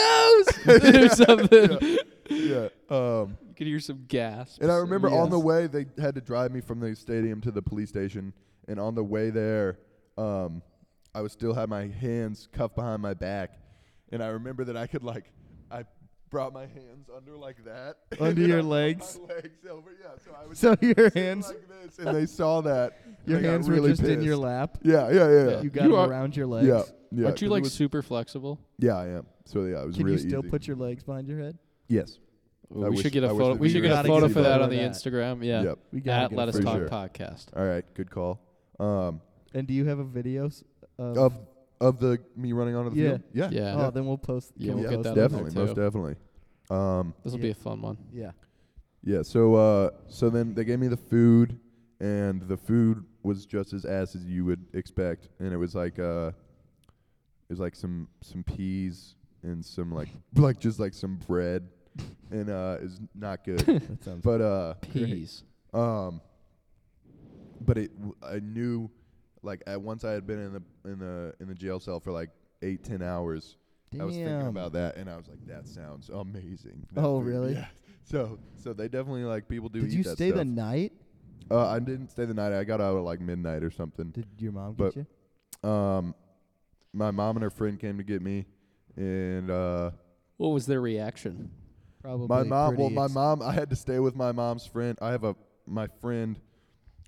Speaker 4: <laughs>
Speaker 1: goes" <laughs> or something.
Speaker 4: yeah. Um,
Speaker 1: You could hear some gasps.
Speaker 4: And I remember on the
Speaker 1: yes.
Speaker 4: way they had to drive me from the stadium to the police station, and on the way there, um, I was still had my hands cuffed behind my back, and I remember that I could like I brought my hands under like that
Speaker 2: <laughs>
Speaker 4: and
Speaker 2: Under
Speaker 4: then <laughs>
Speaker 2: your
Speaker 4: I brought
Speaker 2: legs?
Speaker 4: my legs over yeah so I
Speaker 2: <laughs>
Speaker 4: was
Speaker 2: So your hands,
Speaker 4: like this, and they saw that
Speaker 2: <laughs> your
Speaker 4: and they got
Speaker 2: hands were
Speaker 4: really
Speaker 2: just in your
Speaker 4: pissed.
Speaker 2: lap.
Speaker 4: yeah yeah yeah yeah
Speaker 2: You got
Speaker 1: You
Speaker 2: them
Speaker 1: are-
Speaker 2: around your legs.
Speaker 4: yeah, yeah
Speaker 1: Aren't you
Speaker 4: 'cause it
Speaker 1: like
Speaker 4: was-
Speaker 1: super flexible?
Speaker 4: yeah I am so yeah it was
Speaker 2: Can
Speaker 4: really
Speaker 2: you still
Speaker 4: easy.
Speaker 2: put your legs behind your head?
Speaker 4: yes I
Speaker 1: we
Speaker 4: wish-
Speaker 1: should get a
Speaker 4: I wish
Speaker 1: photo.
Speaker 4: the
Speaker 1: We should
Speaker 4: viewers
Speaker 1: get a
Speaker 2: could
Speaker 1: photo
Speaker 2: see
Speaker 1: for
Speaker 2: that.
Speaker 1: that on the
Speaker 2: That.
Speaker 1: Instagram. Yeah.
Speaker 4: yep
Speaker 2: We gotta
Speaker 1: At
Speaker 2: get a
Speaker 1: Let Us
Speaker 4: for
Speaker 2: photo.
Speaker 1: Talk
Speaker 4: sure.
Speaker 1: podcast.
Speaker 4: all right good call um
Speaker 2: And do you have a video? s- Of,
Speaker 4: of of the me running onto the
Speaker 2: Yeah.
Speaker 4: field. Yeah,
Speaker 1: Yeah.
Speaker 2: oh, then we'll post.
Speaker 1: Yeah,
Speaker 2: can
Speaker 1: we'll get
Speaker 2: we post
Speaker 1: that
Speaker 2: it?
Speaker 1: on there
Speaker 4: definitely, most
Speaker 1: too.
Speaker 4: definitely. Um,
Speaker 1: This will
Speaker 2: Yeah.
Speaker 1: be a fun one.
Speaker 2: Yeah.
Speaker 4: yeah. So uh, so then they gave me the food, and the food was just as ass as you would expect, and it was like uh, it was like some some peas and some like like just like some bread, and uh, it was
Speaker 2: <laughs>
Speaker 4: not
Speaker 1: <laughs>
Speaker 4: good.
Speaker 2: That sounds.
Speaker 4: but uh,
Speaker 1: Peas.
Speaker 4: Um, but it, w- I knew, like, at once I had been in the in the in the jail cell for like eight ten hours. I was thinking
Speaker 2: Damn.
Speaker 4: about that, and I was like, that sounds amazing. that
Speaker 2: Oh,
Speaker 4: food."
Speaker 2: really?
Speaker 4: Yeah. <laughs> So, so they definitely like people do.
Speaker 2: Did
Speaker 4: eat
Speaker 2: you
Speaker 4: that
Speaker 2: stay the
Speaker 4: stuff.
Speaker 2: night?
Speaker 4: Uh, I didn't stay the night. I got out at like midnight or something.
Speaker 2: Did your mom
Speaker 4: But-
Speaker 2: get you?
Speaker 4: Um, my mom and her friend came to get me, and uh,
Speaker 1: What was their reaction?
Speaker 2: Probably.
Speaker 4: my mom well
Speaker 2: pretty
Speaker 4: my
Speaker 2: ex-
Speaker 4: mom i had to stay with my mom's friend i have a my friend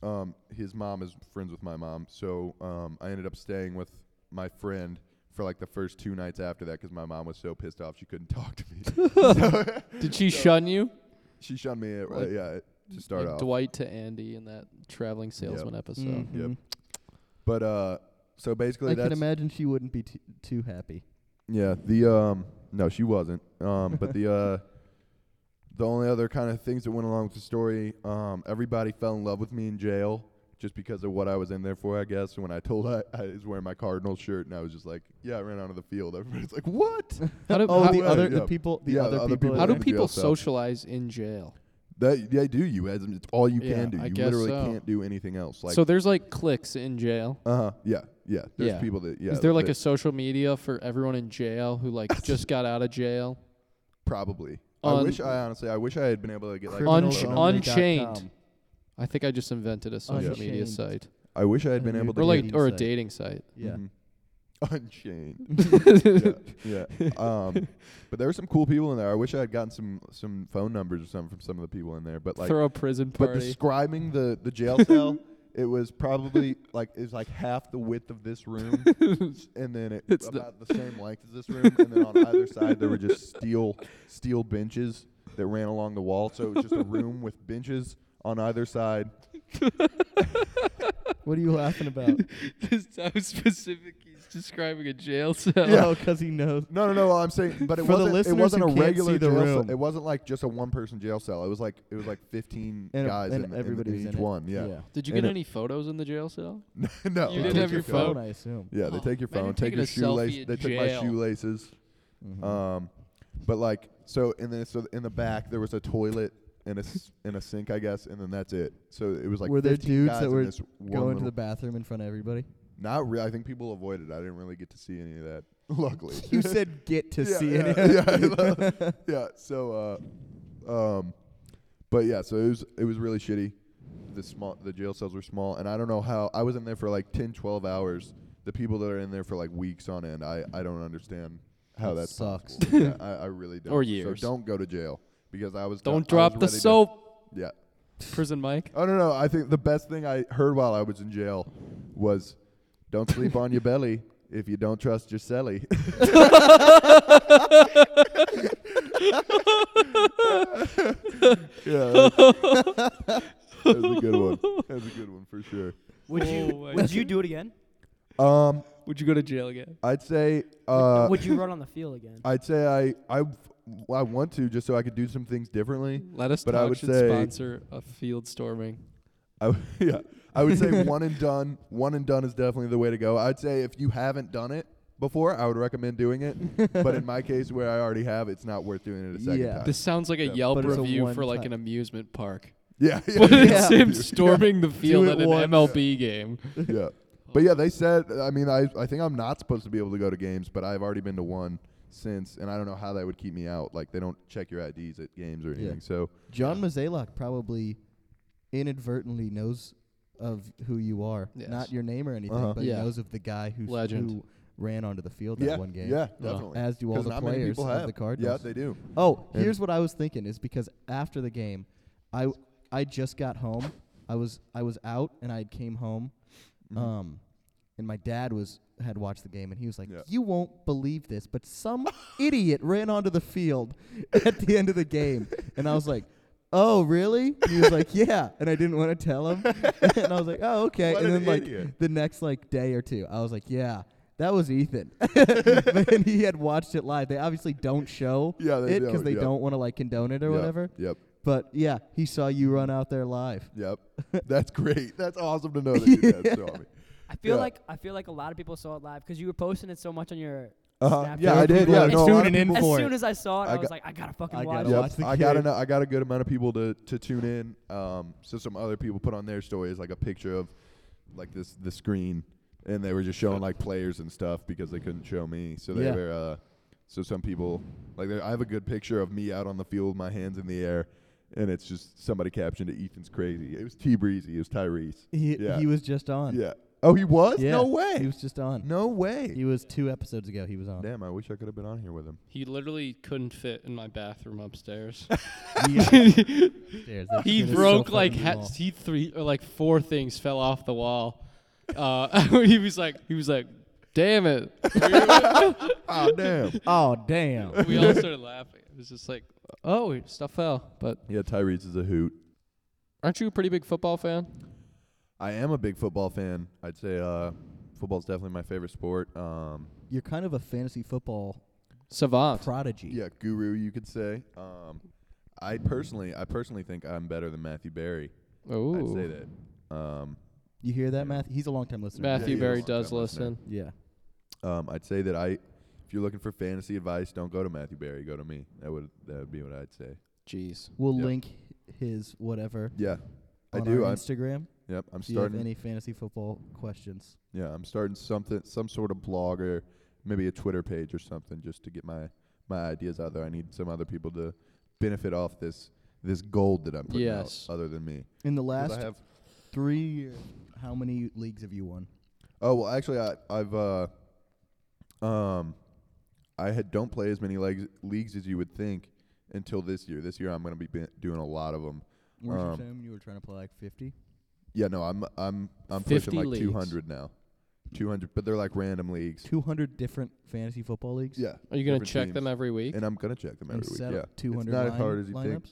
Speaker 4: um his mom is friends with my mom so um i ended up staying with my friend for like the first two nights after that because my mom was so pissed off she couldn't <laughs> talk to me
Speaker 1: Did she shun you?
Speaker 4: she shunned me uh,
Speaker 1: Like-
Speaker 4: yeah to start
Speaker 1: Like
Speaker 4: off Mm.
Speaker 1: Dwight to Andy in that traveling salesman episode.
Speaker 2: Mhm.
Speaker 4: Yep. but uh so basically
Speaker 2: I
Speaker 4: that's
Speaker 2: can imagine she wouldn't be t- too happy.
Speaker 4: Yeah, the um no, she wasn't. Um but the uh <laughs> the only other kind of things that went along with the story, um everybody fell in love with me in jail just because of what I was in there for, I guess. When I told <laughs> I, I was wearing my Cardinals shirt and I was just like, "Yeah, I ran onto the field." <laughs> Everybody's like, "What?"
Speaker 1: <laughs> How
Speaker 4: <laughs>
Speaker 1: do
Speaker 2: Oh,
Speaker 1: how,
Speaker 2: the
Speaker 4: yeah,
Speaker 2: other the
Speaker 4: yeah.
Speaker 2: people, the
Speaker 4: Yeah,
Speaker 2: other,
Speaker 4: the other
Speaker 2: people.
Speaker 4: people
Speaker 1: how do
Speaker 4: in jail
Speaker 1: people
Speaker 4: cell.
Speaker 1: socialize in jail?
Speaker 4: That they do you. As it's all you
Speaker 1: Yeah,
Speaker 4: can do.
Speaker 1: I
Speaker 4: You
Speaker 1: guess
Speaker 4: literally
Speaker 1: so.
Speaker 4: can't do anything else. Like
Speaker 1: so there's like cliques in jail.
Speaker 4: uh huh. Yeah, yeah. There's
Speaker 1: Yeah.
Speaker 4: people that yeah.
Speaker 1: Is there like
Speaker 4: that-
Speaker 1: a social media for everyone in jail who
Speaker 4: <laughs>
Speaker 1: like just got out of jail?
Speaker 4: probably? I
Speaker 1: on-
Speaker 4: wish I honestly I wish I had been able to get like
Speaker 1: Unch-
Speaker 4: um,
Speaker 1: un- Unchained. I think I just invented a social media
Speaker 2: Unchained.
Speaker 1: site,
Speaker 4: I wish I had been
Speaker 2: Unmute.
Speaker 4: able to
Speaker 1: Mm-hmm. or like, mm-hmm.
Speaker 2: dating
Speaker 1: or a dating
Speaker 2: site.
Speaker 1: site.
Speaker 2: Yeah.
Speaker 4: Mhm. <laughs> Unchained.
Speaker 1: <laughs>
Speaker 4: yeah. yeah. Um, but there were some cool people in there. I wish I had gotten some some phone numbers or something from some of the people in there. But like,
Speaker 1: Throw a prison
Speaker 4: but
Speaker 1: party.
Speaker 4: describing the the jail
Speaker 1: <laughs>
Speaker 4: cell, it was probably like it's like half the width of
Speaker 1: <laughs>
Speaker 4: this room, and then it,
Speaker 1: It's the-
Speaker 4: about the, same length as this room, and then on either side there were just steel steel benches that ran along the wall. So it was just a room with benches on either side.
Speaker 2: <laughs> What are you laughing about? <laughs>
Speaker 1: <laughs> This how specific he's describing a jail cell. <laughs>
Speaker 2: Oh, because he knows.
Speaker 4: No, no, no. well, I'm saying, but it
Speaker 2: For the
Speaker 4: wasn't.
Speaker 2: listeners
Speaker 4: it wasn't
Speaker 2: who
Speaker 4: a
Speaker 2: can't see
Speaker 4: regular
Speaker 2: the
Speaker 4: jail
Speaker 2: room.
Speaker 4: cell. It wasn't like just a one-person jail cell. It was like it was like 15
Speaker 2: And a-
Speaker 4: guys
Speaker 2: and
Speaker 4: in,
Speaker 2: everybody
Speaker 4: in
Speaker 2: was
Speaker 4: each
Speaker 2: in it.
Speaker 4: one. Yeah.
Speaker 1: Did you
Speaker 4: And
Speaker 1: get
Speaker 4: it-
Speaker 1: any photos in the jail cell?
Speaker 4: <laughs> no.
Speaker 1: You
Speaker 4: they
Speaker 1: didn't
Speaker 4: took
Speaker 1: have your phone?
Speaker 2: I assume.
Speaker 4: Yeah, they
Speaker 1: Oh,
Speaker 4: take your
Speaker 1: imagine
Speaker 4: phone, take
Speaker 1: taking
Speaker 4: your
Speaker 1: a selfie
Speaker 4: shoelaces.
Speaker 1: in
Speaker 4: They took my
Speaker 1: jail.
Speaker 2: Mm-hmm.
Speaker 1: Hmm.
Speaker 2: Uh,
Speaker 4: shoelaces. Um, but like so, and then so in the back there was a toilet, and a s- and a sink, I guess, and then that's it. So it was like
Speaker 2: Were there
Speaker 4: 15
Speaker 2: dudes
Speaker 4: guys
Speaker 2: that
Speaker 4: in
Speaker 2: were
Speaker 4: this one
Speaker 2: Going to
Speaker 4: little-
Speaker 2: the bathroom in front of everybody.
Speaker 4: Not really. I think people avoided. it. I didn't really get to see any of that. <laughs> Luckily,
Speaker 2: <laughs> you said get to
Speaker 4: Yeah,
Speaker 2: see
Speaker 4: <laughs> yeah,
Speaker 2: <laughs> it.
Speaker 4: yeah. yeah. So, uh, um, but yeah. So it was it was really shitty. The small the jail cells were small, and I don't know how I was in there for like 10, 12 hours. The people that are in there for like weeks on end, I I don't understand how
Speaker 2: That
Speaker 4: that
Speaker 2: sucks.
Speaker 4: Yeah, I, I really
Speaker 1: <laughs>
Speaker 4: don't.
Speaker 1: Or years.
Speaker 4: So don't go to jail because I was.
Speaker 1: Don't
Speaker 4: I was
Speaker 1: drop the
Speaker 4: ready to- <laughs>
Speaker 1: soap,
Speaker 4: yeah.
Speaker 1: Prison Mike.
Speaker 4: Oh no no! I think the best thing I heard while I was in jail was, "Don't sleep on your belly if you don't trust your celly." <laughs> yeah, that's, that's a good one. That's a good one for sure.
Speaker 5: Would you
Speaker 1: Oh my
Speaker 5: would you do it again?
Speaker 4: Um,
Speaker 1: Would you go to jail again?
Speaker 4: I'd say uh,
Speaker 5: would you run on the field again?
Speaker 4: I'd say <laughs> I I I want to just so I could do some things differently.
Speaker 1: Let us
Speaker 4: But I
Speaker 1: talk
Speaker 4: would
Speaker 1: should
Speaker 4: say-
Speaker 1: sponsor a field storming.
Speaker 4: I w- <laughs> yeah, I would say one and done. One and done is definitely the way to go. I'd say if you haven't done it before, I would recommend doing it. but in my case, where I already have, it's not worth doing it a second
Speaker 2: Yeah.
Speaker 4: time.
Speaker 1: This sounds like a
Speaker 4: Yeah,
Speaker 1: Yelp
Speaker 2: but it's a
Speaker 1: review for
Speaker 2: one
Speaker 1: like an
Speaker 2: time.
Speaker 1: amusement park.
Speaker 2: <laughs>
Speaker 4: yeah,
Speaker 1: <laughs>
Speaker 4: yeah,
Speaker 1: But
Speaker 4: yeah.
Speaker 1: it's him storming the field
Speaker 2: it
Speaker 1: at an
Speaker 2: once.
Speaker 1: MLB game.
Speaker 4: yeah. But yeah, they said. I mean, I I think I'm not supposed to be able to go to games, but I've already been to one since, and I don't know how that would keep me out. Like they don't check your IDs at games or
Speaker 2: Yeah.
Speaker 4: anything. So
Speaker 2: John Mazalok probably inadvertently knows of who you are,
Speaker 1: Yes.
Speaker 2: not your name or anything,
Speaker 4: Uh-huh.
Speaker 2: but
Speaker 1: Yeah.
Speaker 2: he knows of the guy who s-
Speaker 1: Legend.
Speaker 2: who ran onto the field
Speaker 4: yeah,
Speaker 2: that one game.
Speaker 4: yeah,
Speaker 1: No.
Speaker 4: definitely.
Speaker 2: As do all
Speaker 4: 'Cause
Speaker 2: the
Speaker 4: not many
Speaker 2: players
Speaker 4: people
Speaker 2: of
Speaker 4: have.
Speaker 2: the Cardinals.
Speaker 4: Yeah, they do.
Speaker 2: Oh,
Speaker 4: And-
Speaker 2: here's what I was thinking is because after the game, I I just got home. I was I was out and I came home,
Speaker 4: Mhm.
Speaker 2: um, and my dad was had watched the game and he was like,
Speaker 4: Yeah.
Speaker 2: "You won't believe this, but some <laughs> idiot ran onto the field <laughs> at the end of the game," and I was like. Oh really? And he was
Speaker 4: <laughs>
Speaker 2: like, "Yeah," and I didn't want to tell him. <laughs> and I was like, "Oh, okay."
Speaker 4: What
Speaker 2: and
Speaker 4: an
Speaker 2: then like
Speaker 4: idiot.
Speaker 2: the next like day or two, I was like, "Yeah, that was Ethan," <laughs> and he had watched it live. They obviously don't show
Speaker 4: Yeah, they
Speaker 2: it because
Speaker 4: don't,
Speaker 2: they
Speaker 4: yeah.
Speaker 2: don't want to like condone it or
Speaker 4: Yep,
Speaker 2: whatever.
Speaker 4: Yep.
Speaker 2: But yeah, he saw you run out there live.
Speaker 4: Yep.
Speaker 2: <laughs>
Speaker 4: That's great. That's awesome to know that your dad saw me.
Speaker 5: I feel
Speaker 4: yeah.
Speaker 5: like I feel like a lot of people saw it live because you were posting it so much on your
Speaker 4: Uh-huh.
Speaker 5: Snapchat.
Speaker 4: Yeah, I did.
Speaker 2: People
Speaker 4: Yeah,
Speaker 2: are
Speaker 4: no, a lot of
Speaker 2: tuning in
Speaker 4: people-
Speaker 5: As
Speaker 2: for it.
Speaker 5: soon as I saw it,
Speaker 4: I
Speaker 5: I, was
Speaker 4: got-
Speaker 5: like, I gotta fucking
Speaker 2: I
Speaker 5: watch.
Speaker 2: gotta
Speaker 5: it.
Speaker 4: Yep,
Speaker 2: watch the
Speaker 4: I got
Speaker 2: game.
Speaker 4: an, I got a good amount of people to, to tune in. Um, so some other people put on their stories like a picture of like this the screen, and they were just showing like players and stuff because they couldn't show me. So they
Speaker 2: Yeah.
Speaker 4: were. Uh, so some people like they- I have a good picture of me out on the field, my hands in the air, and it's just somebody captioned it. Ethan's crazy. It was T Breezy. It was Tyrese.
Speaker 2: He
Speaker 4: Yeah.
Speaker 2: he was just on.
Speaker 4: Yeah. Oh, he was.
Speaker 2: Yeah,
Speaker 4: No way.
Speaker 2: He was just on.
Speaker 4: no way.
Speaker 2: He was two episodes ago. He was on. <laughs>
Speaker 4: Damn, I wish I could have been on here with him.
Speaker 1: He literally couldn't fit in my bathroom <laughs> upstairs.
Speaker 2: Upstairs.
Speaker 1: he
Speaker 2: That shit is
Speaker 1: broke
Speaker 2: so
Speaker 1: like
Speaker 2: fucking
Speaker 1: ha-
Speaker 2: wall.
Speaker 1: he three or like four things fell off the wall. Uh, <laughs> he was like he was like, "Damn it!"
Speaker 4: <laughs> Oh
Speaker 2: <laughs>
Speaker 4: damn.
Speaker 2: Oh damn.
Speaker 1: we all started laughing. It was just like, "Oh, stuff fell." But
Speaker 4: yeah, Tyrese is a hoot.
Speaker 1: aren't you a pretty big football fan?
Speaker 4: I am a big football fan. I'd say uh, football's definitely my favorite sport. Um,
Speaker 2: <laughs> You're kind of a fantasy football
Speaker 1: Savant.
Speaker 2: prodigy.
Speaker 4: yeah, guru, you could say. Um, I personally, I personally think I'm better than Matthew Barry.
Speaker 1: Oh,
Speaker 4: I'd say that. Um,
Speaker 2: You hear
Speaker 4: Yeah.
Speaker 2: that, Matthew? He's a long time listener.
Speaker 1: Matthew
Speaker 4: Yeah, yeah,
Speaker 1: Berry
Speaker 4: long-time
Speaker 1: does
Speaker 4: listener.
Speaker 1: listen.
Speaker 2: Yeah.
Speaker 4: um, I'd say that I, if you're looking for fantasy advice, don't go to Matthew Barry. Go to me. That would that would be what I'd say.
Speaker 1: Jeez.
Speaker 2: We'll
Speaker 4: Yeah.
Speaker 2: link his whatever
Speaker 4: Yeah, I
Speaker 2: on
Speaker 4: do.
Speaker 2: our
Speaker 4: I'm,
Speaker 2: Instagram.
Speaker 4: yep, I'm
Speaker 2: If you have
Speaker 4: starting.
Speaker 2: any fantasy football questions.
Speaker 4: Yeah, I'm starting something, some sort of blog or maybe a Twitter page or something, just to get my my ideas out there. I need some other people to benefit off this this gold that I'm putting
Speaker 1: Yes.
Speaker 4: out, other than me.
Speaker 2: In the
Speaker 4: 'Cause
Speaker 2: last
Speaker 4: I have,
Speaker 2: three years, how many leagues have you won?
Speaker 4: oh well, actually, I, I've uh, um, I had don't play as many legs, leagues as you would think until this year. This year, I'm going to be ben- doing a lot of them.
Speaker 2: Weren't
Speaker 4: Um,
Speaker 2: you saying you were trying to play like 50?
Speaker 4: Yeah, no, I'm I'm I'm
Speaker 1: 50
Speaker 4: pushing like
Speaker 1: leagues.
Speaker 4: 200 now, 200, but they're like random leagues.
Speaker 2: 200 different fantasy football leagues?
Speaker 4: Yeah,
Speaker 1: Are you gonna
Speaker 4: different
Speaker 1: check
Speaker 4: teams.
Speaker 1: them every week?
Speaker 4: And I'm gonna check them
Speaker 2: And
Speaker 4: every week.
Speaker 2: set
Speaker 4: Yeah,
Speaker 2: up 200
Speaker 4: it's not
Speaker 2: line,
Speaker 4: as hard as you
Speaker 2: lineups?
Speaker 4: think.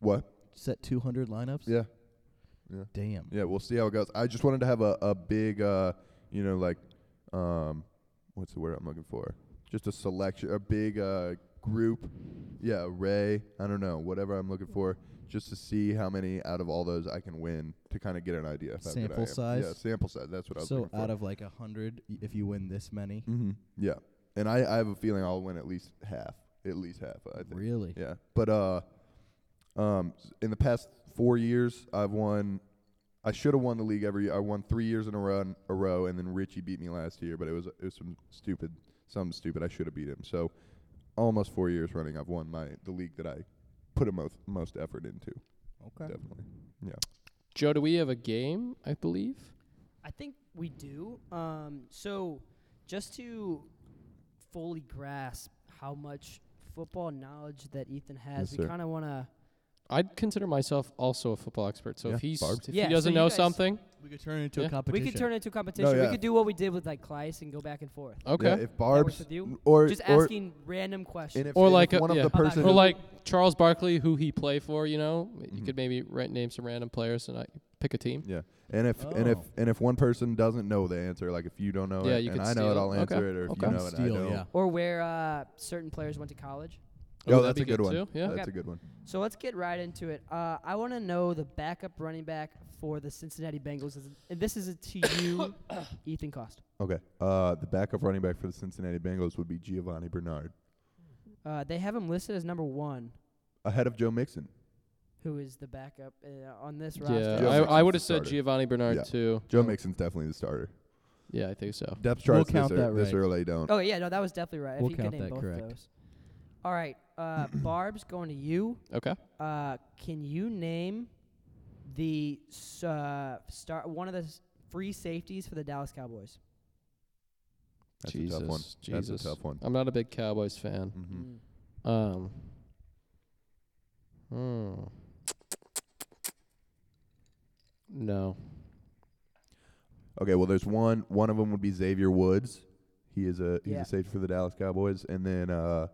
Speaker 4: What?
Speaker 2: Set 200 lineups?
Speaker 4: Yeah.
Speaker 2: Damn.
Speaker 4: Yeah, we'll see how it goes. I just wanted to have a, a big, uh, you know, like, um, what's the word I'm looking for? Just a selection, a big uh, group. Yeah, array. I don't know, whatever I'm looking for, just to see how many out of all those I can win to kind of get an idea. Of how good I
Speaker 2: Sample
Speaker 4: am. Yeah,
Speaker 2: size?
Speaker 4: sample size. That's what I was
Speaker 2: So
Speaker 4: looking for.
Speaker 2: out of like 100, y- if you win this many,
Speaker 4: hmm Yeah, and I, I have a feeling I'll win at least half. At least half, I think.
Speaker 2: really?
Speaker 4: Yeah, but uh, Um, s- in the past four years, I've won. I should have won the league every year. I won three years in a row, a row, and then Richie beat me last year. But it was it was some stupid, something stupid. I should have beat him. So, almost four years running, I've won my the league that I put the most most effort into.
Speaker 2: Okay.
Speaker 4: Definitely.
Speaker 1: Joe, do we have a game? I believe.
Speaker 5: I think we do. Um, so, just to fully grasp how much football knowledge that Ethan has,
Speaker 4: Yes,
Speaker 5: we
Speaker 4: sir.
Speaker 5: kind of want to.
Speaker 1: I'd consider myself also a football expert. So
Speaker 4: Yeah,
Speaker 1: if he's
Speaker 4: Barb.
Speaker 1: if
Speaker 5: Yeah,
Speaker 1: he
Speaker 5: so
Speaker 1: doesn't
Speaker 5: you
Speaker 1: know
Speaker 5: guys-
Speaker 1: something,
Speaker 2: We could turn it into
Speaker 1: Yeah.
Speaker 2: a competition.
Speaker 5: We could turn it into a competition. We
Speaker 4: yeah.
Speaker 5: could do what we did with like Kleiss and go back and forth.
Speaker 1: okay,
Speaker 4: Yeah, if Barb's
Speaker 5: with you?
Speaker 4: or
Speaker 5: just
Speaker 4: or,
Speaker 5: asking random questions.
Speaker 4: and if,
Speaker 1: Or
Speaker 4: and
Speaker 1: like
Speaker 4: if
Speaker 1: a-
Speaker 4: one
Speaker 1: yeah.
Speaker 4: of the
Speaker 5: How about
Speaker 4: person
Speaker 1: or like Charles Barkley, who he played for, you know, you
Speaker 4: Mhm.
Speaker 1: could maybe ra- name some random players and I pick a team.
Speaker 4: Yeah, and if and if
Speaker 2: Oh.
Speaker 4: and if one person doesn't know the answer, like if you don't know
Speaker 1: Yeah,
Speaker 4: it
Speaker 1: you
Speaker 4: and
Speaker 1: could
Speaker 4: I know it,
Speaker 1: steal.
Speaker 4: I'll
Speaker 1: Okay.
Speaker 4: answer it, or if
Speaker 1: Okay.
Speaker 4: you know it, I
Speaker 2: Steal,
Speaker 4: don't.
Speaker 2: yeah.
Speaker 4: <laughs>
Speaker 5: or where uh, certain players went to college.
Speaker 1: Ooh,
Speaker 4: Oh,
Speaker 1: that'd
Speaker 4: that's
Speaker 1: be
Speaker 4: a good,
Speaker 1: good
Speaker 4: one.
Speaker 1: too. Yeah.
Speaker 4: that's
Speaker 5: Okay.
Speaker 4: a good one.
Speaker 5: So let's get right into it. Uh, I want to know the backup running back for the Cincinnati Bengals. Is- And this is a to you, Ethan Cost.
Speaker 4: Okay. Uh, the backup running back for the Cincinnati Bengals would be Giovanni Bernard,
Speaker 5: Uh, they have him listed as number one,
Speaker 4: ahead of Joe Mixon.
Speaker 5: who is the backup uh, on this
Speaker 1: Yeah,
Speaker 5: roster.
Speaker 4: Joe Mixon's
Speaker 1: I, I would
Speaker 4: the
Speaker 1: have said
Speaker 4: starter.
Speaker 1: Giovanni Bernard
Speaker 4: Yeah.
Speaker 1: too.
Speaker 4: Joe Mixon's definitely the starter.
Speaker 1: Yeah, I think so.
Speaker 4: Depth
Speaker 2: We'll
Speaker 4: charts
Speaker 2: count
Speaker 4: this, ear-
Speaker 2: that
Speaker 4: this
Speaker 2: right.
Speaker 4: early don't.
Speaker 5: Oh yeah, no, that was definitely right.
Speaker 2: We'll
Speaker 5: if you could
Speaker 2: count
Speaker 5: name
Speaker 2: that
Speaker 5: both
Speaker 2: correct.
Speaker 5: of those. All right, uh, Barb's going to you.
Speaker 1: Okay.
Speaker 5: Uh, can you name the s- uh, star one of the s- free safeties for the Dallas Cowboys?
Speaker 4: That's
Speaker 1: Jesus,
Speaker 4: a tough one.
Speaker 1: Jesus.
Speaker 4: That's a tough one.
Speaker 1: I'm not a big Cowboys fan.
Speaker 4: hmm
Speaker 5: Mm.
Speaker 1: Um. hmm. No.
Speaker 4: Okay. Well, there's one. One of them would be Xavier Woods. He is a he's
Speaker 5: Yeah.
Speaker 4: a safety for the Dallas Cowboys, and then uh,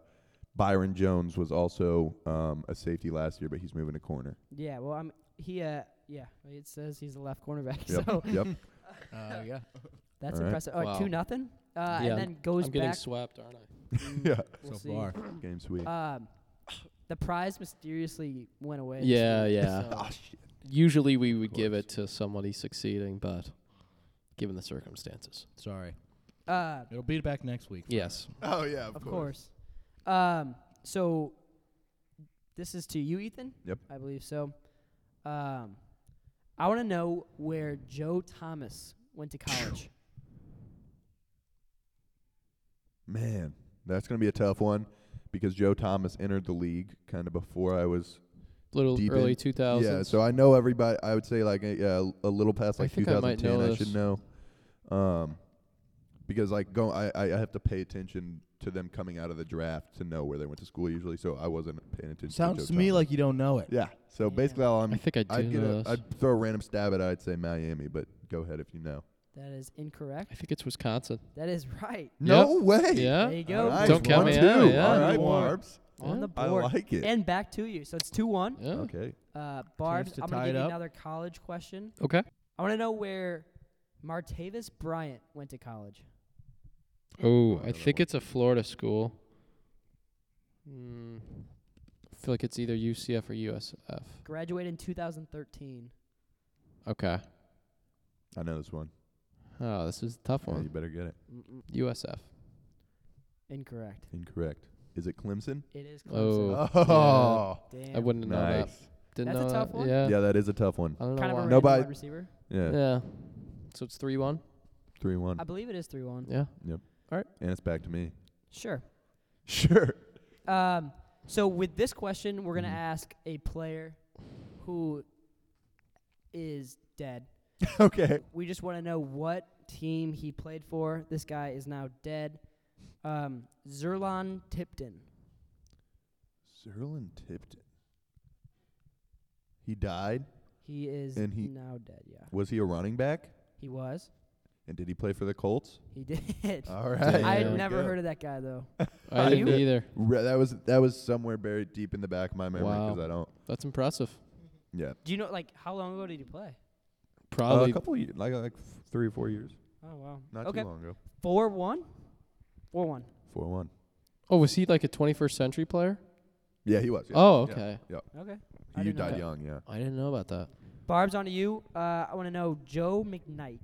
Speaker 4: Byron Jones was also um, a safety last year, but he's moving to corner.
Speaker 5: Yeah, well, I'm he. Uh, yeah, it says he's a left cornerback, <laughs>
Speaker 4: Yep.
Speaker 5: so
Speaker 4: yep. <laughs>
Speaker 2: Uh, yeah.
Speaker 5: that's
Speaker 4: Alright.
Speaker 5: impressive. Oh,
Speaker 1: Wow.
Speaker 5: Two nothing, uh,
Speaker 1: Yeah,
Speaker 5: and then goes
Speaker 1: I'm getting
Speaker 5: back.
Speaker 1: swept, aren't I?
Speaker 4: <laughs>
Speaker 5: Mm,
Speaker 4: Yeah.
Speaker 5: we'll
Speaker 2: so
Speaker 5: see.
Speaker 2: far.
Speaker 4: Game sweep.
Speaker 5: Um, the prize mysteriously went away. this
Speaker 1: Yeah,
Speaker 5: week,
Speaker 1: yeah.
Speaker 5: so-
Speaker 1: Usually we would give
Speaker 4: course.
Speaker 1: it to somebody succeeding, but given the circumstances,
Speaker 2: Sorry.
Speaker 5: Uh,
Speaker 2: It'll be back next week.
Speaker 1: yes.
Speaker 4: <laughs> oh yeah,
Speaker 5: of course. Um, so this is to you, Ethan.
Speaker 4: Yep.
Speaker 5: I believe so. Um, I want to know where Joe Thomas went to college.
Speaker 4: Man, that's gonna be a tough one because Joe Thomas entered the league kind of before I was.
Speaker 1: Little
Speaker 4: Deep
Speaker 1: early
Speaker 4: in-
Speaker 1: two thousands.
Speaker 4: Yeah, so I know everybody. I would say like uh, yeah, a little past
Speaker 1: I
Speaker 4: like
Speaker 1: think I might
Speaker 4: 2010. I,
Speaker 1: know
Speaker 4: should
Speaker 1: this.
Speaker 4: know, um, because like go, I I I have to pay attention to them coming out of the draft to know where they went to school usually. So I wasn't paying attention.
Speaker 2: Sounds
Speaker 4: Joe
Speaker 2: to me
Speaker 4: Thomas.
Speaker 2: like you don't know it.
Speaker 4: yeah. So
Speaker 5: Yeah.
Speaker 4: basically, all
Speaker 1: I
Speaker 4: I'm
Speaker 1: think I do
Speaker 4: I'd get
Speaker 1: know
Speaker 4: a,
Speaker 1: this. I,
Speaker 4: I'd throw a random stab at. it, I'd say Miami, but go ahead if you know.
Speaker 5: that is incorrect.
Speaker 1: think it's Wisconsin.
Speaker 5: That is right.
Speaker 4: No way.
Speaker 1: Yeah.
Speaker 5: There you go.
Speaker 4: Nice,
Speaker 1: Don't count
Speaker 4: one,
Speaker 1: me
Speaker 4: two.
Speaker 1: out, yeah.
Speaker 4: All right,
Speaker 5: One.
Speaker 4: Barb's.
Speaker 5: On
Speaker 1: Yeah.
Speaker 5: the
Speaker 4: I
Speaker 5: board.
Speaker 4: like it.
Speaker 5: and back to you. So it's two one.
Speaker 1: Yeah. Okay.
Speaker 4: Okay.
Speaker 5: Uh, Barb's.
Speaker 2: to
Speaker 5: I'm
Speaker 2: tie
Speaker 5: gonna
Speaker 2: it
Speaker 5: give you
Speaker 2: up.
Speaker 5: another college question. I want to know where Martavis Bryant went to college.
Speaker 1: Oh, I
Speaker 4: I know that
Speaker 1: think
Speaker 4: one.
Speaker 1: it's a Florida school. Mm. I feel like it's either UCF or USF.
Speaker 5: Graduated in 2013.
Speaker 1: Okay.
Speaker 4: I know this one.
Speaker 1: Oh, this is a tough
Speaker 4: Yeah, you
Speaker 1: one.
Speaker 4: better get it.
Speaker 5: Mm-mm.
Speaker 1: USF.
Speaker 5: Incorrect.
Speaker 4: Incorrect. Is it Clemson?
Speaker 5: It is Clemson.
Speaker 1: Oh.
Speaker 4: Oh,
Speaker 5: Damn.
Speaker 1: I wouldn't know that.
Speaker 4: nice.
Speaker 1: Didn't
Speaker 5: That's a
Speaker 1: know
Speaker 5: tough
Speaker 1: that.
Speaker 5: one.
Speaker 1: Yeah.
Speaker 4: Yeah. that is a tough one.
Speaker 1: I don't
Speaker 5: Kind
Speaker 1: know
Speaker 5: of a
Speaker 1: why.
Speaker 5: random
Speaker 4: Nobody-
Speaker 5: wide receiver.
Speaker 4: Yeah,
Speaker 1: yeah. So it's three one.
Speaker 4: three one,
Speaker 5: I believe it is 3 1.
Speaker 1: Yeah.
Speaker 4: and it's back to me. <laughs>
Speaker 5: Sure.
Speaker 4: Sure.
Speaker 5: Um, so, with this question, we're going to
Speaker 1: Mm-hmm.
Speaker 4: Mhm.
Speaker 5: ask a player who is dead.
Speaker 4: okay.
Speaker 5: We just want to know what team he played for. This guy is now dead. Um, Zerlon Tipton.
Speaker 4: Zerlin Tipton. He died.
Speaker 5: He is
Speaker 4: And he-
Speaker 5: now dead, yeah.
Speaker 4: Was he a running back?
Speaker 5: He was.
Speaker 4: And did he play for the Colts?
Speaker 5: He <laughs> did.
Speaker 4: All
Speaker 1: Damn.
Speaker 4: right.
Speaker 5: I had
Speaker 1: Very
Speaker 5: never heard of that guy, though.
Speaker 1: I
Speaker 5: Are
Speaker 1: didn't
Speaker 5: you-
Speaker 1: either.
Speaker 4: Re- that was that was somewhere buried deep in the back of my memory
Speaker 1: Wow.
Speaker 4: because I don't.
Speaker 1: That's impressive.
Speaker 4: Yeah.
Speaker 5: Do you know, like, how long ago did he play?
Speaker 4: Uh, a
Speaker 1: Probably.
Speaker 4: couple years, like like three or four years,
Speaker 5: Oh, wow.
Speaker 4: not
Speaker 5: okay.
Speaker 4: too long ago.
Speaker 5: 4 1? 4 1.
Speaker 4: Four one.
Speaker 1: oh, was he like a 21st century player?
Speaker 4: Yeah, he was. yeah.
Speaker 1: Oh,
Speaker 4: Yeah.
Speaker 1: okay.
Speaker 5: Okay. I
Speaker 4: You
Speaker 5: didn't know
Speaker 4: died
Speaker 5: that.
Speaker 4: young. Yeah.
Speaker 1: I didn't know about that.
Speaker 5: Barb's on to you. Uh, I want to know Joe McKnight.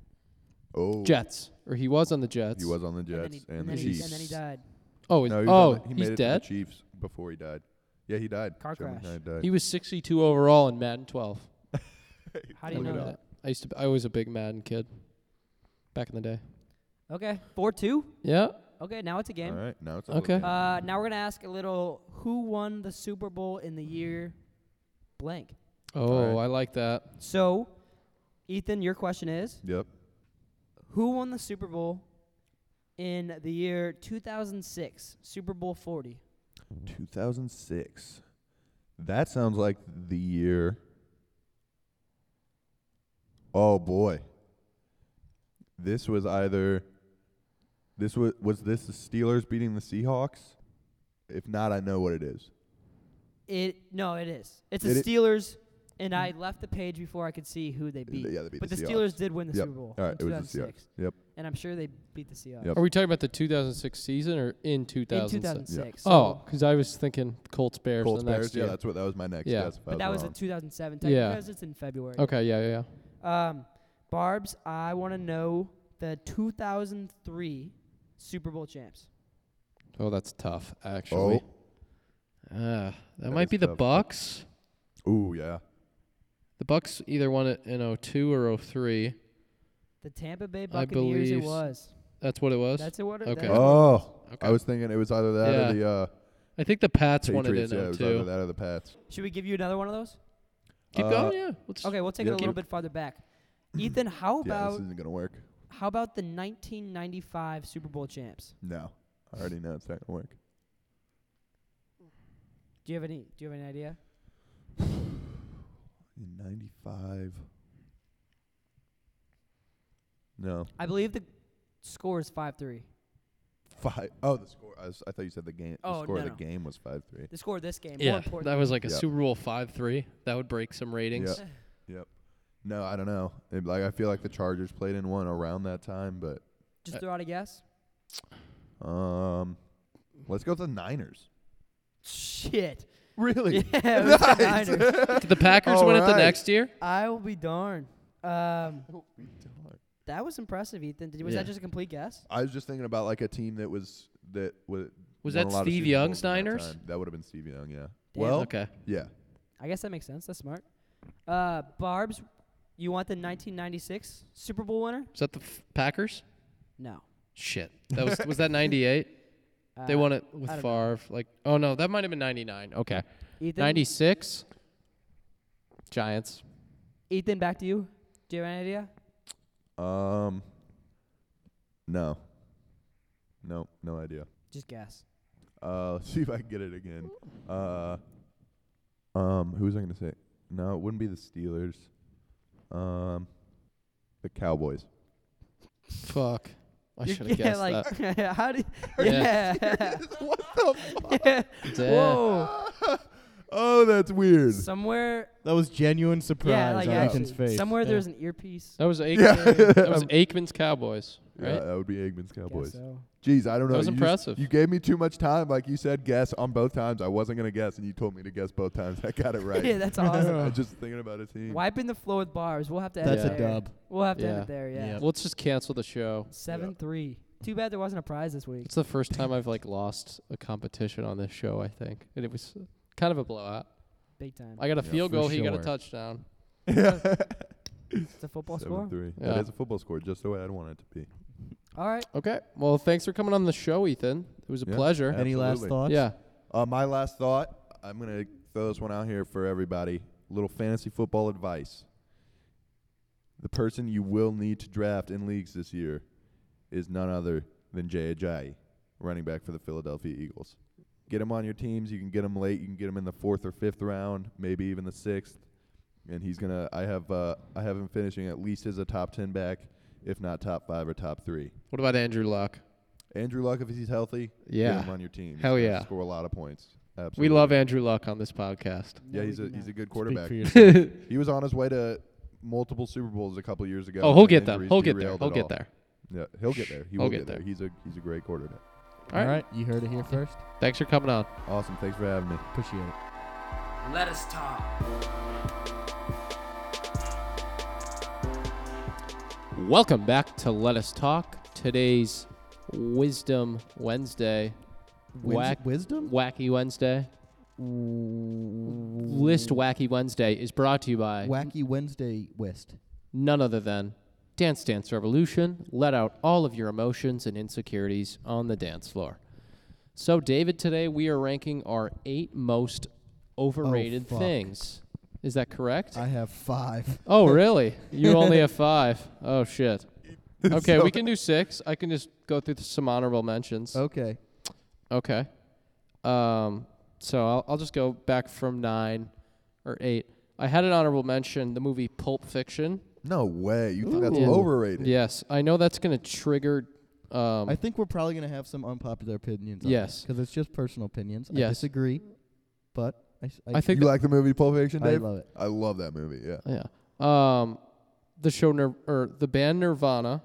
Speaker 4: Oh.
Speaker 1: Jets, or he was on the Jets.
Speaker 4: He was on the
Speaker 5: And then
Speaker 4: Jets
Speaker 5: he- and
Speaker 4: and, the
Speaker 5: then he-
Speaker 4: Chiefs.
Speaker 5: And then he died.
Speaker 1: Oh, is,
Speaker 4: No, he was on
Speaker 1: oh,
Speaker 4: the- he made
Speaker 1: he's
Speaker 4: it to
Speaker 1: dead.
Speaker 4: the Chiefs before he died. Yeah, he died.
Speaker 5: Car
Speaker 4: Jeremy
Speaker 5: crash.
Speaker 4: Knight died.
Speaker 1: He was 62 overall in Madden 12.
Speaker 5: How do you
Speaker 1: Look
Speaker 5: know
Speaker 1: it
Speaker 5: that?
Speaker 1: up. I used to. I was a big Madden kid. Back in the day.
Speaker 5: Okay, four two.
Speaker 1: Yeah.
Speaker 5: Okay, now it's a game.
Speaker 4: All right, now it's
Speaker 1: Okay.
Speaker 5: Uh, now we're gonna ask a little: Who won the Super Bowl in the year blank?
Speaker 1: Oh,
Speaker 4: right.
Speaker 1: I like that.
Speaker 5: So, Ethan, your question is:
Speaker 4: Yep.
Speaker 5: Who won the Super Bowl in the year 2006, Super Bowl 40?
Speaker 4: 2006. That sounds like the year. Oh boy. This was either. This was was this the Steelers beating the Seahawks? If not, I know what it is.
Speaker 5: It no, it is. It's the
Speaker 4: It i-
Speaker 5: Steelers, and I left the page before I could see who they beat.
Speaker 4: Yeah, they beat
Speaker 5: but
Speaker 4: the
Speaker 5: the,
Speaker 4: Seahawks.
Speaker 5: Steelers did win the
Speaker 4: Yep.
Speaker 5: Super Bowl
Speaker 4: All right,
Speaker 5: in
Speaker 4: it was the
Speaker 5: 2006,
Speaker 4: Seahawks. Yep.
Speaker 5: and I'm sure they beat the Seahawks
Speaker 4: Yep.
Speaker 1: Are we talking about the 2006 season or in
Speaker 5: in
Speaker 1: 2006?
Speaker 5: 2006. So,
Speaker 1: Oh, because I was thinking Colts Bears
Speaker 4: Colts
Speaker 1: the next
Speaker 4: Bears.
Speaker 1: year.
Speaker 4: Yeah, that's what that was my next
Speaker 1: Yeah.
Speaker 4: guess. if I
Speaker 5: but that was
Speaker 4: wrong.
Speaker 5: in 2007
Speaker 1: Yeah.
Speaker 5: because it's in February.
Speaker 1: okay. Yeah. Yeah. yeah.
Speaker 5: Um, Barb's, I want to know the 2003 Super Bowl champs.
Speaker 1: Oh, that's tough. Actually. Ah, that,
Speaker 4: Oh. That
Speaker 1: might
Speaker 4: is
Speaker 1: be the
Speaker 4: tough.
Speaker 1: Bucks.
Speaker 4: Oh, Ooh yeah.
Speaker 1: The Bucks either won it in 02 or 03.
Speaker 5: The Tampa Bay
Speaker 1: I
Speaker 5: Buccaneers. It
Speaker 1: believe-
Speaker 5: was.
Speaker 1: That's what it was.
Speaker 5: That's what.
Speaker 1: Okay.
Speaker 5: That's what
Speaker 4: Oh,
Speaker 1: Okay.
Speaker 4: I was thinking it was either that
Speaker 1: Yeah.
Speaker 4: or the uh,
Speaker 1: I think the Pats won it
Speaker 4: Patriots.
Speaker 1: in
Speaker 4: Yeah, it was
Speaker 1: 02.
Speaker 4: either that or the Pats.
Speaker 5: Should we give you another one of those?
Speaker 1: Keep
Speaker 4: Uh,
Speaker 1: going. Yeah. Let's
Speaker 5: Okay, we'll take it
Speaker 4: yeah.
Speaker 5: a little bit farther
Speaker 4: <clears throat>
Speaker 5: back. Ethan, how
Speaker 4: Yeah, this
Speaker 5: about
Speaker 4: isn't gonna work.
Speaker 5: how about the 1995 Super Bowl champs?
Speaker 4: No, I already know it's not gonna work.
Speaker 5: Do you have any? Do you have any idea?
Speaker 4: In 95. No.
Speaker 5: I believe the score is five three.
Speaker 4: Five. Oh, the score. I, was, I thought you said the game.
Speaker 5: Oh,
Speaker 4: the score
Speaker 5: no,
Speaker 4: of
Speaker 5: no.
Speaker 4: the game was 5 3.
Speaker 5: The score of this game. More
Speaker 1: Yeah,
Speaker 5: important.
Speaker 1: that was like a
Speaker 4: Yeah.
Speaker 1: Super Bowl five three. That would break some ratings.
Speaker 4: Yep. yep. No, I don't know. It, like I feel like the Chargers played in one around that time, but
Speaker 1: uh,
Speaker 5: Just throw out a guess.
Speaker 4: um, let's go to the Niners.
Speaker 1: <laughs>
Speaker 5: Shit.
Speaker 4: Really?
Speaker 5: <laughs> Yeah, it was the
Speaker 4: Nice.
Speaker 5: Niners.
Speaker 1: Did the Packers
Speaker 4: <laughs> All
Speaker 1: win it the
Speaker 4: right.
Speaker 1: next year?
Speaker 5: I will be darned. Um,
Speaker 4: Dog.
Speaker 5: that was impressive, Ethan. Did, was
Speaker 1: Yeah.
Speaker 5: that just a complete guess?
Speaker 4: <laughs> I was just thinking about like a team that was that was.
Speaker 1: Was
Speaker 4: won
Speaker 1: that
Speaker 4: a lot of
Speaker 1: Steve
Speaker 4: Super
Speaker 1: Young's
Speaker 4: Bowls in that
Speaker 1: Niners?
Speaker 4: time. That would have been Steve Young, yeah.
Speaker 5: Damn.
Speaker 4: Well,
Speaker 1: Okay.
Speaker 4: yeah.
Speaker 5: I guess that makes sense. That's smart. Uh, Barb's, you want the 1996 Super Bowl winner?
Speaker 1: Was that the f- Packers?
Speaker 5: No.
Speaker 1: Shit. That was was
Speaker 5: <laughs>
Speaker 1: that ninety eight?
Speaker 5: Uh,
Speaker 1: They won it with
Speaker 5: I don't know.
Speaker 1: Favre. Like, oh no, that might have been ninety nine. Okay,
Speaker 5: Ethan,
Speaker 1: ninety six. Giants.
Speaker 5: Ethan, back to you. Do you have any idea?
Speaker 4: Um. No. No, no idea.
Speaker 5: Just guess.
Speaker 4: Uh, <laughs> let's see if I can get it again. Uh, um, who was I gonna say? No, it wouldn't be the Steelers. Um, the Cowboys. <laughs>
Speaker 1: Fuck. I
Speaker 5: You're-
Speaker 1: should have guessed that.
Speaker 5: like, <laughs> How do? You,
Speaker 1: Yeah.
Speaker 5: yeah.
Speaker 4: what the?
Speaker 1: <laughs>
Speaker 4: Fuck?
Speaker 5: <laughs>
Speaker 1: Damn.
Speaker 5: Whoa.
Speaker 4: <laughs> Oh, that's weird.
Speaker 5: Somewhere.
Speaker 2: That was genuine surprise
Speaker 5: yeah, like
Speaker 2: on
Speaker 5: actually,
Speaker 2: Ethan's face.
Speaker 5: somewhere
Speaker 1: Yeah. Oh,
Speaker 5: there's an earpiece.
Speaker 1: That was Aikman.
Speaker 4: <laughs> Yeah.
Speaker 1: that
Speaker 4: <laughs>
Speaker 1: was Aikman's Cowboys,
Speaker 4: Yeah,
Speaker 1: right?
Speaker 4: that would be Eggman's
Speaker 5: Guess
Speaker 4: Cowboys.
Speaker 5: so.
Speaker 4: Jeez, I don't know.
Speaker 1: That was
Speaker 4: you just-
Speaker 1: impressive.
Speaker 4: you gave me too much time. Like you said, guess on both times. I wasn't gonna guess, and you told me to guess both times. <laughs> I got
Speaker 5: <laughs>
Speaker 4: it
Speaker 5: yeah,
Speaker 4: right.
Speaker 5: that's awesome.
Speaker 4: <laughs> I'm just thinking about a team. <laughs>
Speaker 5: Wiping the floor with bars. We'll have to. end
Speaker 2: That's
Speaker 5: it
Speaker 1: Yeah.
Speaker 2: a
Speaker 5: there.
Speaker 2: dub.
Speaker 5: We'll have to end
Speaker 1: Yeah.
Speaker 5: it there. Yeah.
Speaker 2: Yeah.
Speaker 1: Let's just cancel the show.
Speaker 5: Seven three. Too bad there wasn't a prize this week.
Speaker 1: It's the first time I've like lost a competition on this show, I think, and it was kind of a blowout.
Speaker 5: Big time.
Speaker 1: I got a
Speaker 4: Yeah,
Speaker 1: field
Speaker 2: for
Speaker 1: goal. He got a
Speaker 2: sure.
Speaker 1: touchdown.
Speaker 5: It's a football
Speaker 4: Seven
Speaker 5: score.
Speaker 4: three.
Speaker 1: Yeah.
Speaker 4: That is a football score, just the way I'd want it to be.
Speaker 5: All right.
Speaker 1: Okay. Well, thanks for coming on the show, Ethan. It was a
Speaker 4: Yeah.
Speaker 1: pleasure.
Speaker 4: Yeah.
Speaker 2: Any last
Speaker 4: Absolutely.
Speaker 2: thoughts?
Speaker 1: Yeah.
Speaker 4: Uh, my last thought. I'm gonna throw this one out here for everybody. Little fantasy football advice. The person you will need to draft in leagues this year is none other than Jay Ajayi, running back for the Philadelphia Eagles. Get him on your teams. You can get him late. You can get him in the fourth or fifth round, maybe even the sixth. And he's gonna. I have. Uh, I have him finishing at least as a top ten back, if not top five or top three.
Speaker 1: What about Andrew Luck?
Speaker 4: Andrew Luck, if he's healthy,
Speaker 1: Yeah.
Speaker 4: get him on your team. He's
Speaker 1: Hell
Speaker 4: gonna
Speaker 1: yeah.
Speaker 4: score a lot of points. Absolutely.
Speaker 1: We love Andrew Luck on this podcast.
Speaker 4: Yeah,
Speaker 5: No,
Speaker 4: he's
Speaker 5: we
Speaker 4: a
Speaker 5: do
Speaker 4: he's a
Speaker 5: not.
Speaker 4: good
Speaker 2: Speak
Speaker 4: quarterback.
Speaker 1: <laughs>
Speaker 2: for yourself.
Speaker 4: He was on his way to multiple Super Bowls a couple years ago.
Speaker 1: oh,
Speaker 4: and
Speaker 1: he'll
Speaker 4: then
Speaker 1: get there.
Speaker 4: injuries
Speaker 1: He'll get there.
Speaker 4: derailed
Speaker 1: He'll
Speaker 4: it
Speaker 1: get
Speaker 4: all.
Speaker 1: there.
Speaker 4: Yeah, he'll get there. He
Speaker 1: He'll
Speaker 4: will
Speaker 1: get
Speaker 4: get there.
Speaker 1: there.
Speaker 4: He's a he's a great quarterback.
Speaker 1: All right.
Speaker 2: You heard it here first.
Speaker 1: Thanks for coming on.
Speaker 4: Awesome. Thanks for having me.
Speaker 2: Appreciate it.
Speaker 3: Let us talk.
Speaker 1: Welcome back to Let Us Talk. Today's Wisdom Wednesday.
Speaker 2: Wins-
Speaker 1: Whack-
Speaker 2: wisdom?
Speaker 1: Wacky Wednesday. List Wacky Wednesday is brought to you by
Speaker 2: Wacky Wednesday West.
Speaker 1: none other than Dance Dance Revolution. Let out all of your emotions and insecurities on the dance floor. So, David, today we are ranking our eight most overrated
Speaker 2: Oh, fuck.
Speaker 1: things. Is that correct?
Speaker 2: I
Speaker 1: <laughs>
Speaker 2: have five.
Speaker 1: oh, really?
Speaker 2: <laughs>
Speaker 1: You only have five. Oh, shit. Okay, we can do six. I can just go through some honorable mentions.
Speaker 2: Okay.
Speaker 1: Okay. Um, so I'll, I'll just go back from nine or eight. I had an honorable mention the movie Pulp Fiction.
Speaker 4: No way. You think that's
Speaker 1: Ooh.
Speaker 4: overrated?
Speaker 1: Yes, I know that's going to trigger. Um,
Speaker 2: I think we're probably gonna have some unpopular opinions.
Speaker 1: Yes.
Speaker 2: Because it's just personal opinions. I
Speaker 1: Yes.
Speaker 2: disagree, but I, s- I
Speaker 1: I think
Speaker 4: You like the movie Pulp Fiction,
Speaker 2: I
Speaker 4: Dave?
Speaker 2: love it.
Speaker 4: I love that movie. Yeah.
Speaker 1: yeah. Um, the show Nir- or the band Nirvana.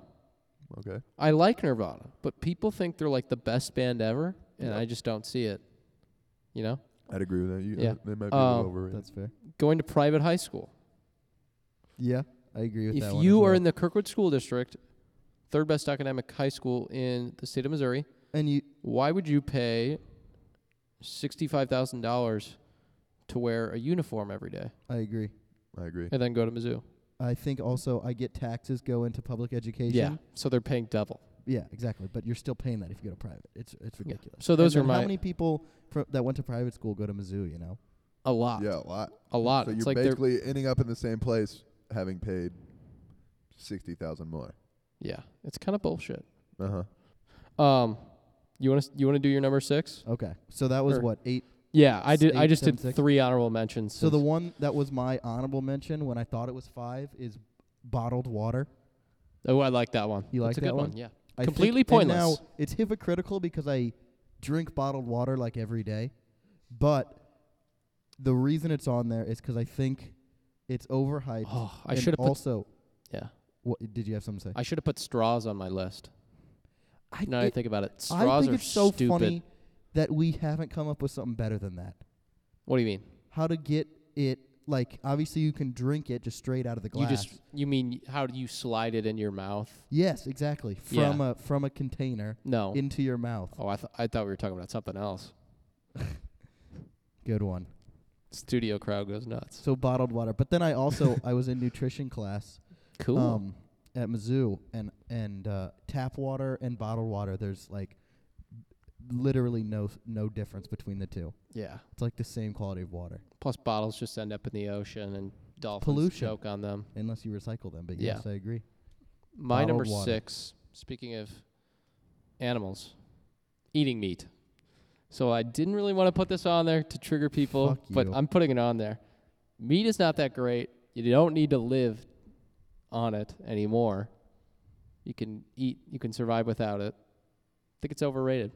Speaker 4: Okay.
Speaker 1: I like Nirvana, but people think they're like the best band ever, and
Speaker 4: Yep.
Speaker 1: I just don't see it. You know,
Speaker 4: I'd agree with that. You,
Speaker 1: Yeah.
Speaker 4: yeah. They might be a
Speaker 1: Um,
Speaker 4: little overrated.
Speaker 2: that's fair.
Speaker 1: going to private high school.
Speaker 2: Yeah, I agree with
Speaker 1: If
Speaker 2: that. one as
Speaker 1: you are
Speaker 2: well.
Speaker 1: in the Kirkwood School District, third best academic high school in the state of Missouri,
Speaker 2: and you
Speaker 1: why would you pay sixty-five thousand dollars to wear a uniform every day
Speaker 2: I agree.
Speaker 4: I agree.
Speaker 1: and then go to Mizzou?
Speaker 2: I think also I get taxes go into public education.
Speaker 1: Yeah, so they're paying double.
Speaker 2: Yeah, exactly. But you're still paying that if you go to private. It's it's ridiculous.
Speaker 1: So those
Speaker 2: And
Speaker 1: are
Speaker 2: then
Speaker 1: my
Speaker 2: how many people fro- that went to private school go to Mizzou? You know,
Speaker 1: a lot,
Speaker 4: Yeah, a lot.
Speaker 1: a lot.
Speaker 4: So
Speaker 1: it's
Speaker 4: you're
Speaker 1: like they're
Speaker 4: basically ending up in the same place, having paid sixty thousand more.
Speaker 1: yeah, it's kind of bullshit.
Speaker 4: Uh huh.
Speaker 1: Um, you want to you want to do your number six?
Speaker 2: okay. So that was
Speaker 1: Sure.
Speaker 2: what eight.
Speaker 1: Yeah, I did. I
Speaker 2: Eight,
Speaker 1: just
Speaker 2: seven,
Speaker 1: did
Speaker 2: six.
Speaker 1: three honorable mentions.
Speaker 2: So the
Speaker 1: since-
Speaker 2: one that was my honorable mention when I thought it was five is bottled water.
Speaker 1: oh, I like that one.
Speaker 2: You
Speaker 1: That's
Speaker 2: like
Speaker 1: a good
Speaker 2: that one?
Speaker 1: Yeah,
Speaker 2: I think-
Speaker 1: completely
Speaker 2: and
Speaker 1: pointless.
Speaker 2: now it's hypocritical because I drink bottled water like every day, but the reason it's on there is because I think it's overhyped.
Speaker 1: oh, I
Speaker 2: and
Speaker 1: should have put
Speaker 2: also.
Speaker 1: yeah.
Speaker 2: What did you have something to say?
Speaker 1: I should have put straws on my list.
Speaker 2: I,
Speaker 1: Now that I
Speaker 2: it-
Speaker 1: think about it, straws
Speaker 2: I think
Speaker 1: are
Speaker 2: it's so
Speaker 1: stupid.
Speaker 2: funny that we haven't come up with something better than that.
Speaker 1: What do you mean?
Speaker 2: How to get it like obviously you can drink it just straight out of the glass.
Speaker 1: You just you mean how do you slide it in your mouth?
Speaker 2: yes, exactly.
Speaker 1: Yeah.
Speaker 2: From a from a container
Speaker 1: No.
Speaker 2: into your mouth.
Speaker 1: oh, I th- I thought we were talking about something else.
Speaker 2: Good one.
Speaker 1: Studio crowd goes nuts.
Speaker 2: So bottled water. But then
Speaker 1: <laughs>
Speaker 2: I also I was in nutrition class
Speaker 1: Cool.
Speaker 2: um at Mizzou and and uh, tap water and bottled water there's like literally no no difference between the two.
Speaker 1: yeah.
Speaker 2: It's like the same quality of water
Speaker 1: Plus, bottles just end up in the ocean and dolphins
Speaker 2: pollution.
Speaker 1: choke on them.
Speaker 2: unless you recycle them. But
Speaker 1: Yeah.
Speaker 2: yes, I agree.
Speaker 1: My
Speaker 2: Bottled
Speaker 1: number
Speaker 2: water.
Speaker 1: six, speaking of animals, eating meat. So I didn't really want to put this on there to trigger people,
Speaker 2: Fuck
Speaker 1: but
Speaker 2: you.
Speaker 1: I'm putting it on there. Meat is not that great. You don't need to live on it anymore. You can eat, you can survive without it. I think it's overrated.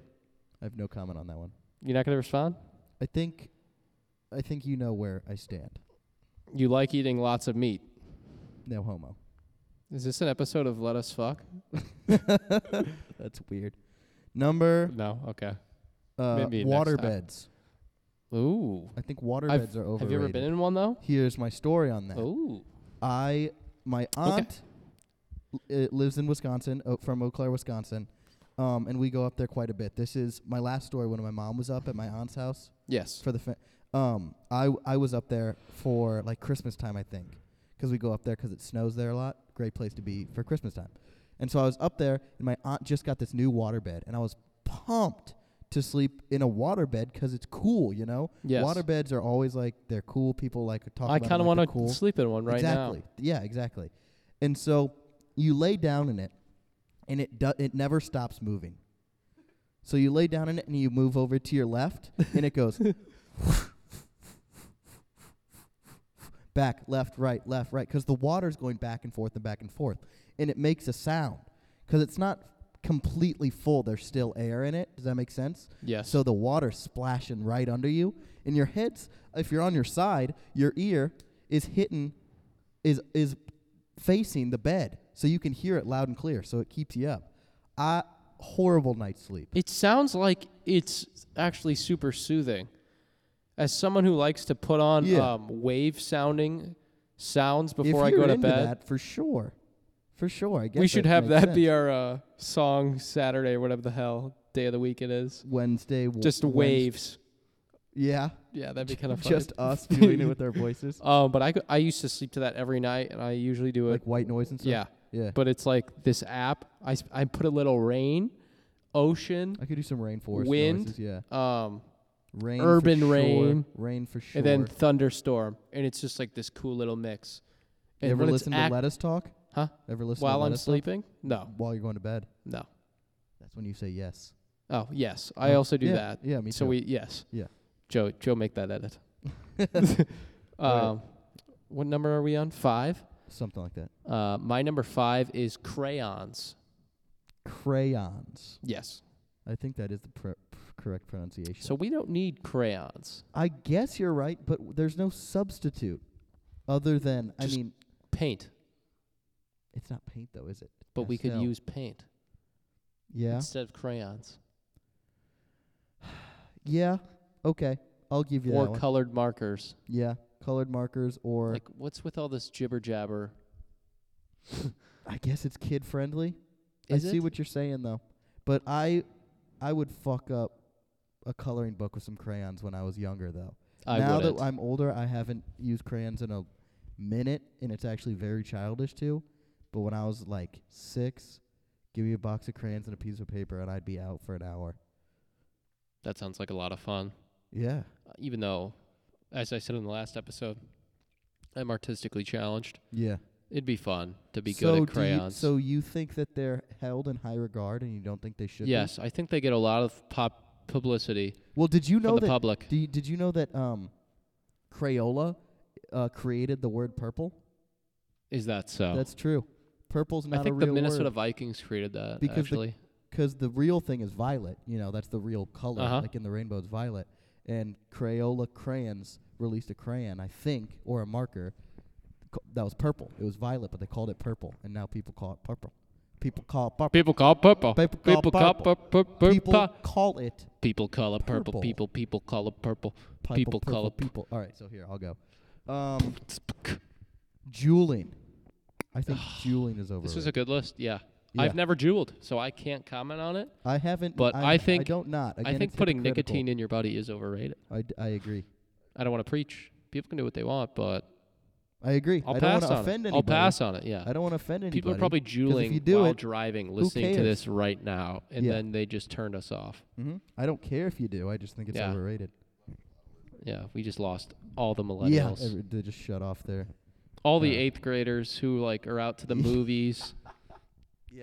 Speaker 2: I have no comment on that one.
Speaker 1: You're not going to respond?
Speaker 2: I think I think you know where I stand.
Speaker 1: You like eating lots of meat.
Speaker 2: No homo. <laughs>
Speaker 1: Is this an episode of Let Us Fuck?
Speaker 2: That's weird. Number
Speaker 1: No. Okay.
Speaker 2: uh,
Speaker 1: Maybe next time.
Speaker 2: waterbeds.
Speaker 1: Ooh.
Speaker 2: I think waterbeds
Speaker 1: I've-
Speaker 2: are overrated.
Speaker 1: Have you ever been in one Oh. though?
Speaker 2: Here's my story on that.
Speaker 1: Ooh.
Speaker 2: I my aunt l- uh, lives in Wisconsin, o- from Eau Claire, Wisconsin, um, and we go up there quite a bit. This is my last story when my mom was up at my aunt's house
Speaker 1: Yes.
Speaker 2: for the. Fa- um, I I was up there for like Christmas time, I think, because we go up there because it snows there a lot. Great place to be for Christmas time. And so I was up there, and my aunt just got this new waterbed, and I was pumped to sleep in a waterbed because it's cool, you know.
Speaker 1: Yes.
Speaker 2: Waterbeds are always like they're cool. People like talk.
Speaker 1: I
Speaker 2: about
Speaker 1: kind of
Speaker 2: want to
Speaker 1: to
Speaker 2: cool.
Speaker 1: sleep in one right
Speaker 2: exactly. Yeah, exactly. And so you lay down in it, and it do- it never stops moving. So you lay down in it, and you move over to your left, and it goes <laughs> back, left, right, left, right, because the water's going back and forth and back and forth, and it makes a sound because it's not completely full. There's still air in it. Does that make sense?
Speaker 1: now. Yes.
Speaker 2: So the water's splashing right under you, and your head's if you're on your side, your ear is hitting is is facing the bed. So you can hear it loud and clear, so it keeps you up. I horrible night's sleep.
Speaker 1: it sounds like it's actually super soothing. As someone who likes to put on
Speaker 2: Yeah.
Speaker 1: um, wave sounding sounds before I
Speaker 2: if
Speaker 1: go
Speaker 2: you're
Speaker 1: to
Speaker 2: into
Speaker 1: bed,
Speaker 2: that, for sure. For sure. I guess
Speaker 1: we should
Speaker 2: that
Speaker 1: have
Speaker 2: makes
Speaker 1: that be
Speaker 2: sense.
Speaker 1: our uh, song Saturday or whatever the hell day of the week it is.
Speaker 2: Wednesday w-
Speaker 1: Just
Speaker 2: Wednes-
Speaker 1: waves.
Speaker 2: Yeah.
Speaker 1: Yeah, that'd be kind of funny.
Speaker 2: <laughs> just
Speaker 1: <laughs>
Speaker 2: us doing it with our voices,
Speaker 1: Um, but I cou- I used to sleep to that every night, and I usually <laughs> do it.
Speaker 2: like white noise and stuff.
Speaker 1: yeah,
Speaker 2: Yeah.
Speaker 1: but it's like this app. I s- I put a little rain, ocean,
Speaker 2: I could do some rainforest
Speaker 1: Wind.
Speaker 2: noises. Yeah.
Speaker 1: um,
Speaker 2: Rain.
Speaker 1: Urban
Speaker 2: for sure.
Speaker 1: rain.
Speaker 2: Rain for sure.
Speaker 1: and then thunderstorm, and it's just like this cool little mix.
Speaker 2: You ever
Speaker 1: when it's
Speaker 2: listen
Speaker 1: ac-
Speaker 2: to Let Us Talk?
Speaker 1: Huh?
Speaker 2: Ever listen
Speaker 1: while
Speaker 2: to Let
Speaker 1: I'm
Speaker 2: Us Talk?
Speaker 1: sleeping? No,
Speaker 2: While you're going to bed.
Speaker 1: no.
Speaker 2: That's when you say yes.
Speaker 1: Oh yes, I
Speaker 2: Huh.
Speaker 1: also do
Speaker 2: Yeah,
Speaker 1: that.
Speaker 2: Yeah, me
Speaker 1: so
Speaker 2: too.
Speaker 1: we yes.
Speaker 2: Yeah.
Speaker 1: Joe Joe make that edit. <laughs> um, what number are we on? Five.
Speaker 2: <laughs> Something like that.
Speaker 1: Uh, my number five is crayons.
Speaker 2: Crayons.
Speaker 1: Yes.
Speaker 2: I think that is the pr- pr- correct pronunciation.
Speaker 1: So we don't need crayons.
Speaker 2: I guess you're right, but w- there's no substitute other than
Speaker 1: Just-
Speaker 2: I mean,
Speaker 1: Paint,
Speaker 2: it's not paint though, is it? It's
Speaker 1: but we could
Speaker 2: pastel.
Speaker 1: use paint
Speaker 2: Yeah.
Speaker 1: instead of crayons
Speaker 2: Yeah. Okay. I'll give you
Speaker 1: or
Speaker 2: that one.
Speaker 1: colored markers.
Speaker 2: yeah. Colored markers or
Speaker 1: Like, what's with all this jibber jabber?
Speaker 2: I guess it's kid friendly.
Speaker 1: Is
Speaker 2: I
Speaker 1: it?
Speaker 2: see what you're saying though. But I I would fuck up a coloring book with some crayons when I was younger though.
Speaker 1: I
Speaker 2: now
Speaker 1: wouldn't.
Speaker 2: that I'm older, I haven't used crayons in a minute, and it's actually very childish too. But when I was like six, give me a box of crayons and a piece of paper, and I'd be out for an hour.
Speaker 1: that sounds like a lot of fun.
Speaker 2: Yeah,
Speaker 1: Uh, Even though, as I said in the last episode, I'm artistically challenged.
Speaker 2: yeah.
Speaker 1: It'd be fun to be
Speaker 2: so
Speaker 1: good at
Speaker 2: do
Speaker 1: crayons.
Speaker 2: You, so you think that they're held in high regard, and you don't think they should? be?
Speaker 1: yes, I think they get a lot of pop publicity
Speaker 2: Well, did you
Speaker 1: from
Speaker 2: know
Speaker 1: the
Speaker 2: that?
Speaker 1: public.
Speaker 2: Do you, did you know that um, Crayola uh, created the word purple?
Speaker 1: Is that so?
Speaker 2: That's true. Purple's not
Speaker 1: Oh. I think
Speaker 2: a
Speaker 1: the
Speaker 2: real
Speaker 1: Minnesota
Speaker 2: word.
Speaker 1: Vikings created that
Speaker 2: Because the
Speaker 1: actually.
Speaker 2: because the real thing is violet. You know, that's the real color.
Speaker 1: Uh-huh.
Speaker 2: Like in the rainbow, it's violet. And Crayola crayons released a crayon, I think, or a marker co- that was purple. It was violet, but they called it purple, and now people call it purple. People call it purple.
Speaker 1: People call it purple.
Speaker 2: People call it
Speaker 1: people call
Speaker 2: purple.
Speaker 1: pur- pur-
Speaker 2: People
Speaker 1: pur-
Speaker 2: call it
Speaker 1: people call it purple.
Speaker 2: purple.
Speaker 1: People people call it purple.
Speaker 2: purple,
Speaker 1: people
Speaker 2: purple,
Speaker 1: call it
Speaker 2: people. All right, so here I'll go. Um, jeweling.
Speaker 1: <sighs>
Speaker 2: I think jeweling is over.
Speaker 1: This is a good list. Yeah.
Speaker 2: Yeah.
Speaker 1: I've never jeweled, so I can't comment on it.
Speaker 2: I haven't.
Speaker 1: but
Speaker 2: I'm-
Speaker 1: I think-
Speaker 2: I don't not. Again,
Speaker 1: I think
Speaker 2: it's
Speaker 1: putting
Speaker 2: hypocritical.
Speaker 1: nicotine in your body is overrated.
Speaker 2: I, d- I agree.
Speaker 1: I don't want to preach. People can do what they want, but
Speaker 2: I agree.
Speaker 1: I'll
Speaker 2: I don't
Speaker 1: pass
Speaker 2: want to
Speaker 1: on
Speaker 2: offend
Speaker 1: it.
Speaker 2: anybody.
Speaker 1: I'll pass on it. Yeah.
Speaker 2: I don't want to offend anybody.
Speaker 1: People are probably
Speaker 2: 'cause if you
Speaker 1: jeweling
Speaker 2: do
Speaker 1: while
Speaker 2: it,
Speaker 1: driving, listening to
Speaker 2: cares?
Speaker 1: this right now, and
Speaker 2: Yeah.
Speaker 1: then they just turned us off.
Speaker 2: mhm, I don't care if you do. I just think it's
Speaker 1: Yeah.
Speaker 2: overrated.
Speaker 1: Yeah, we just lost all the
Speaker 2: Yeah,
Speaker 1: millennials,
Speaker 2: every- they just shut off there.
Speaker 1: all the
Speaker 2: Uh,
Speaker 1: eighth graders who like are out to
Speaker 2: <laughs>
Speaker 1: the movies,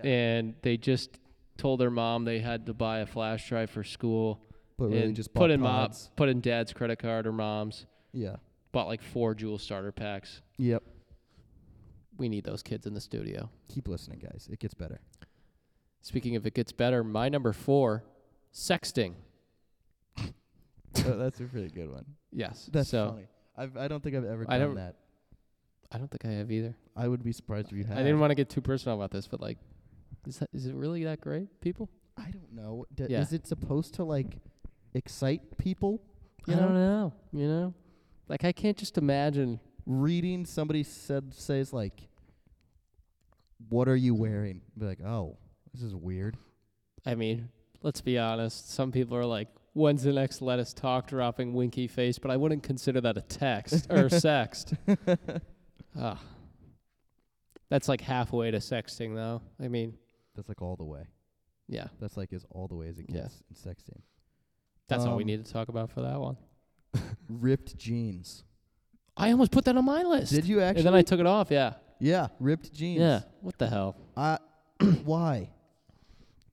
Speaker 1: and they just told their mom they had to buy a flash drive for school,
Speaker 2: But really,
Speaker 1: and
Speaker 2: just
Speaker 1: put
Speaker 2: bought
Speaker 1: in mom,
Speaker 2: pods.
Speaker 1: put in dad's credit card or mom's,
Speaker 2: Yeah.
Speaker 1: bought like four jewel starter packs.
Speaker 2: Yep.
Speaker 1: We need those kids in the studio.
Speaker 2: Keep listening, guys. It
Speaker 1: <laughs>
Speaker 2: gets better.
Speaker 1: Speaking of it gets better, my number four, sexting.
Speaker 2: that's a pretty good one.
Speaker 1: Yes,
Speaker 2: That's
Speaker 1: so
Speaker 2: funny. I've, I don't think I've ever
Speaker 1: I
Speaker 2: done
Speaker 1: don't-
Speaker 2: that.
Speaker 1: I don't think I have either.
Speaker 2: I would be surprised if you had.
Speaker 1: I didn't want to get too personal about this, but like, is that is it really that great, people?
Speaker 2: I don't know. D-
Speaker 1: Yeah.
Speaker 2: Is it supposed to like excite people? You
Speaker 1: I don't know. You know, like I can't just imagine.
Speaker 2: Reading somebody said says like, "What are you wearing?" Be like, "Oh, this is weird."
Speaker 1: I mean, let's be honest. Some people are like, "When's the next let us talk?" Dropping winky face, but I wouldn't consider that a text <laughs> or sext. Ah, that's like halfway to sexting, though. I mean,
Speaker 2: That's like all the way.
Speaker 1: yeah,
Speaker 2: That's like as all the way as it
Speaker 1: Yeah.
Speaker 2: gets in sexting.
Speaker 1: that's all we
Speaker 2: Um,
Speaker 1: need to talk about for that one.
Speaker 2: Ripped jeans.
Speaker 1: I almost put that on my list,
Speaker 2: Did you actually?
Speaker 1: and then I took it off. Yeah,
Speaker 2: yeah, ripped jeans.
Speaker 1: yeah. What the hell?
Speaker 2: I, <coughs> why?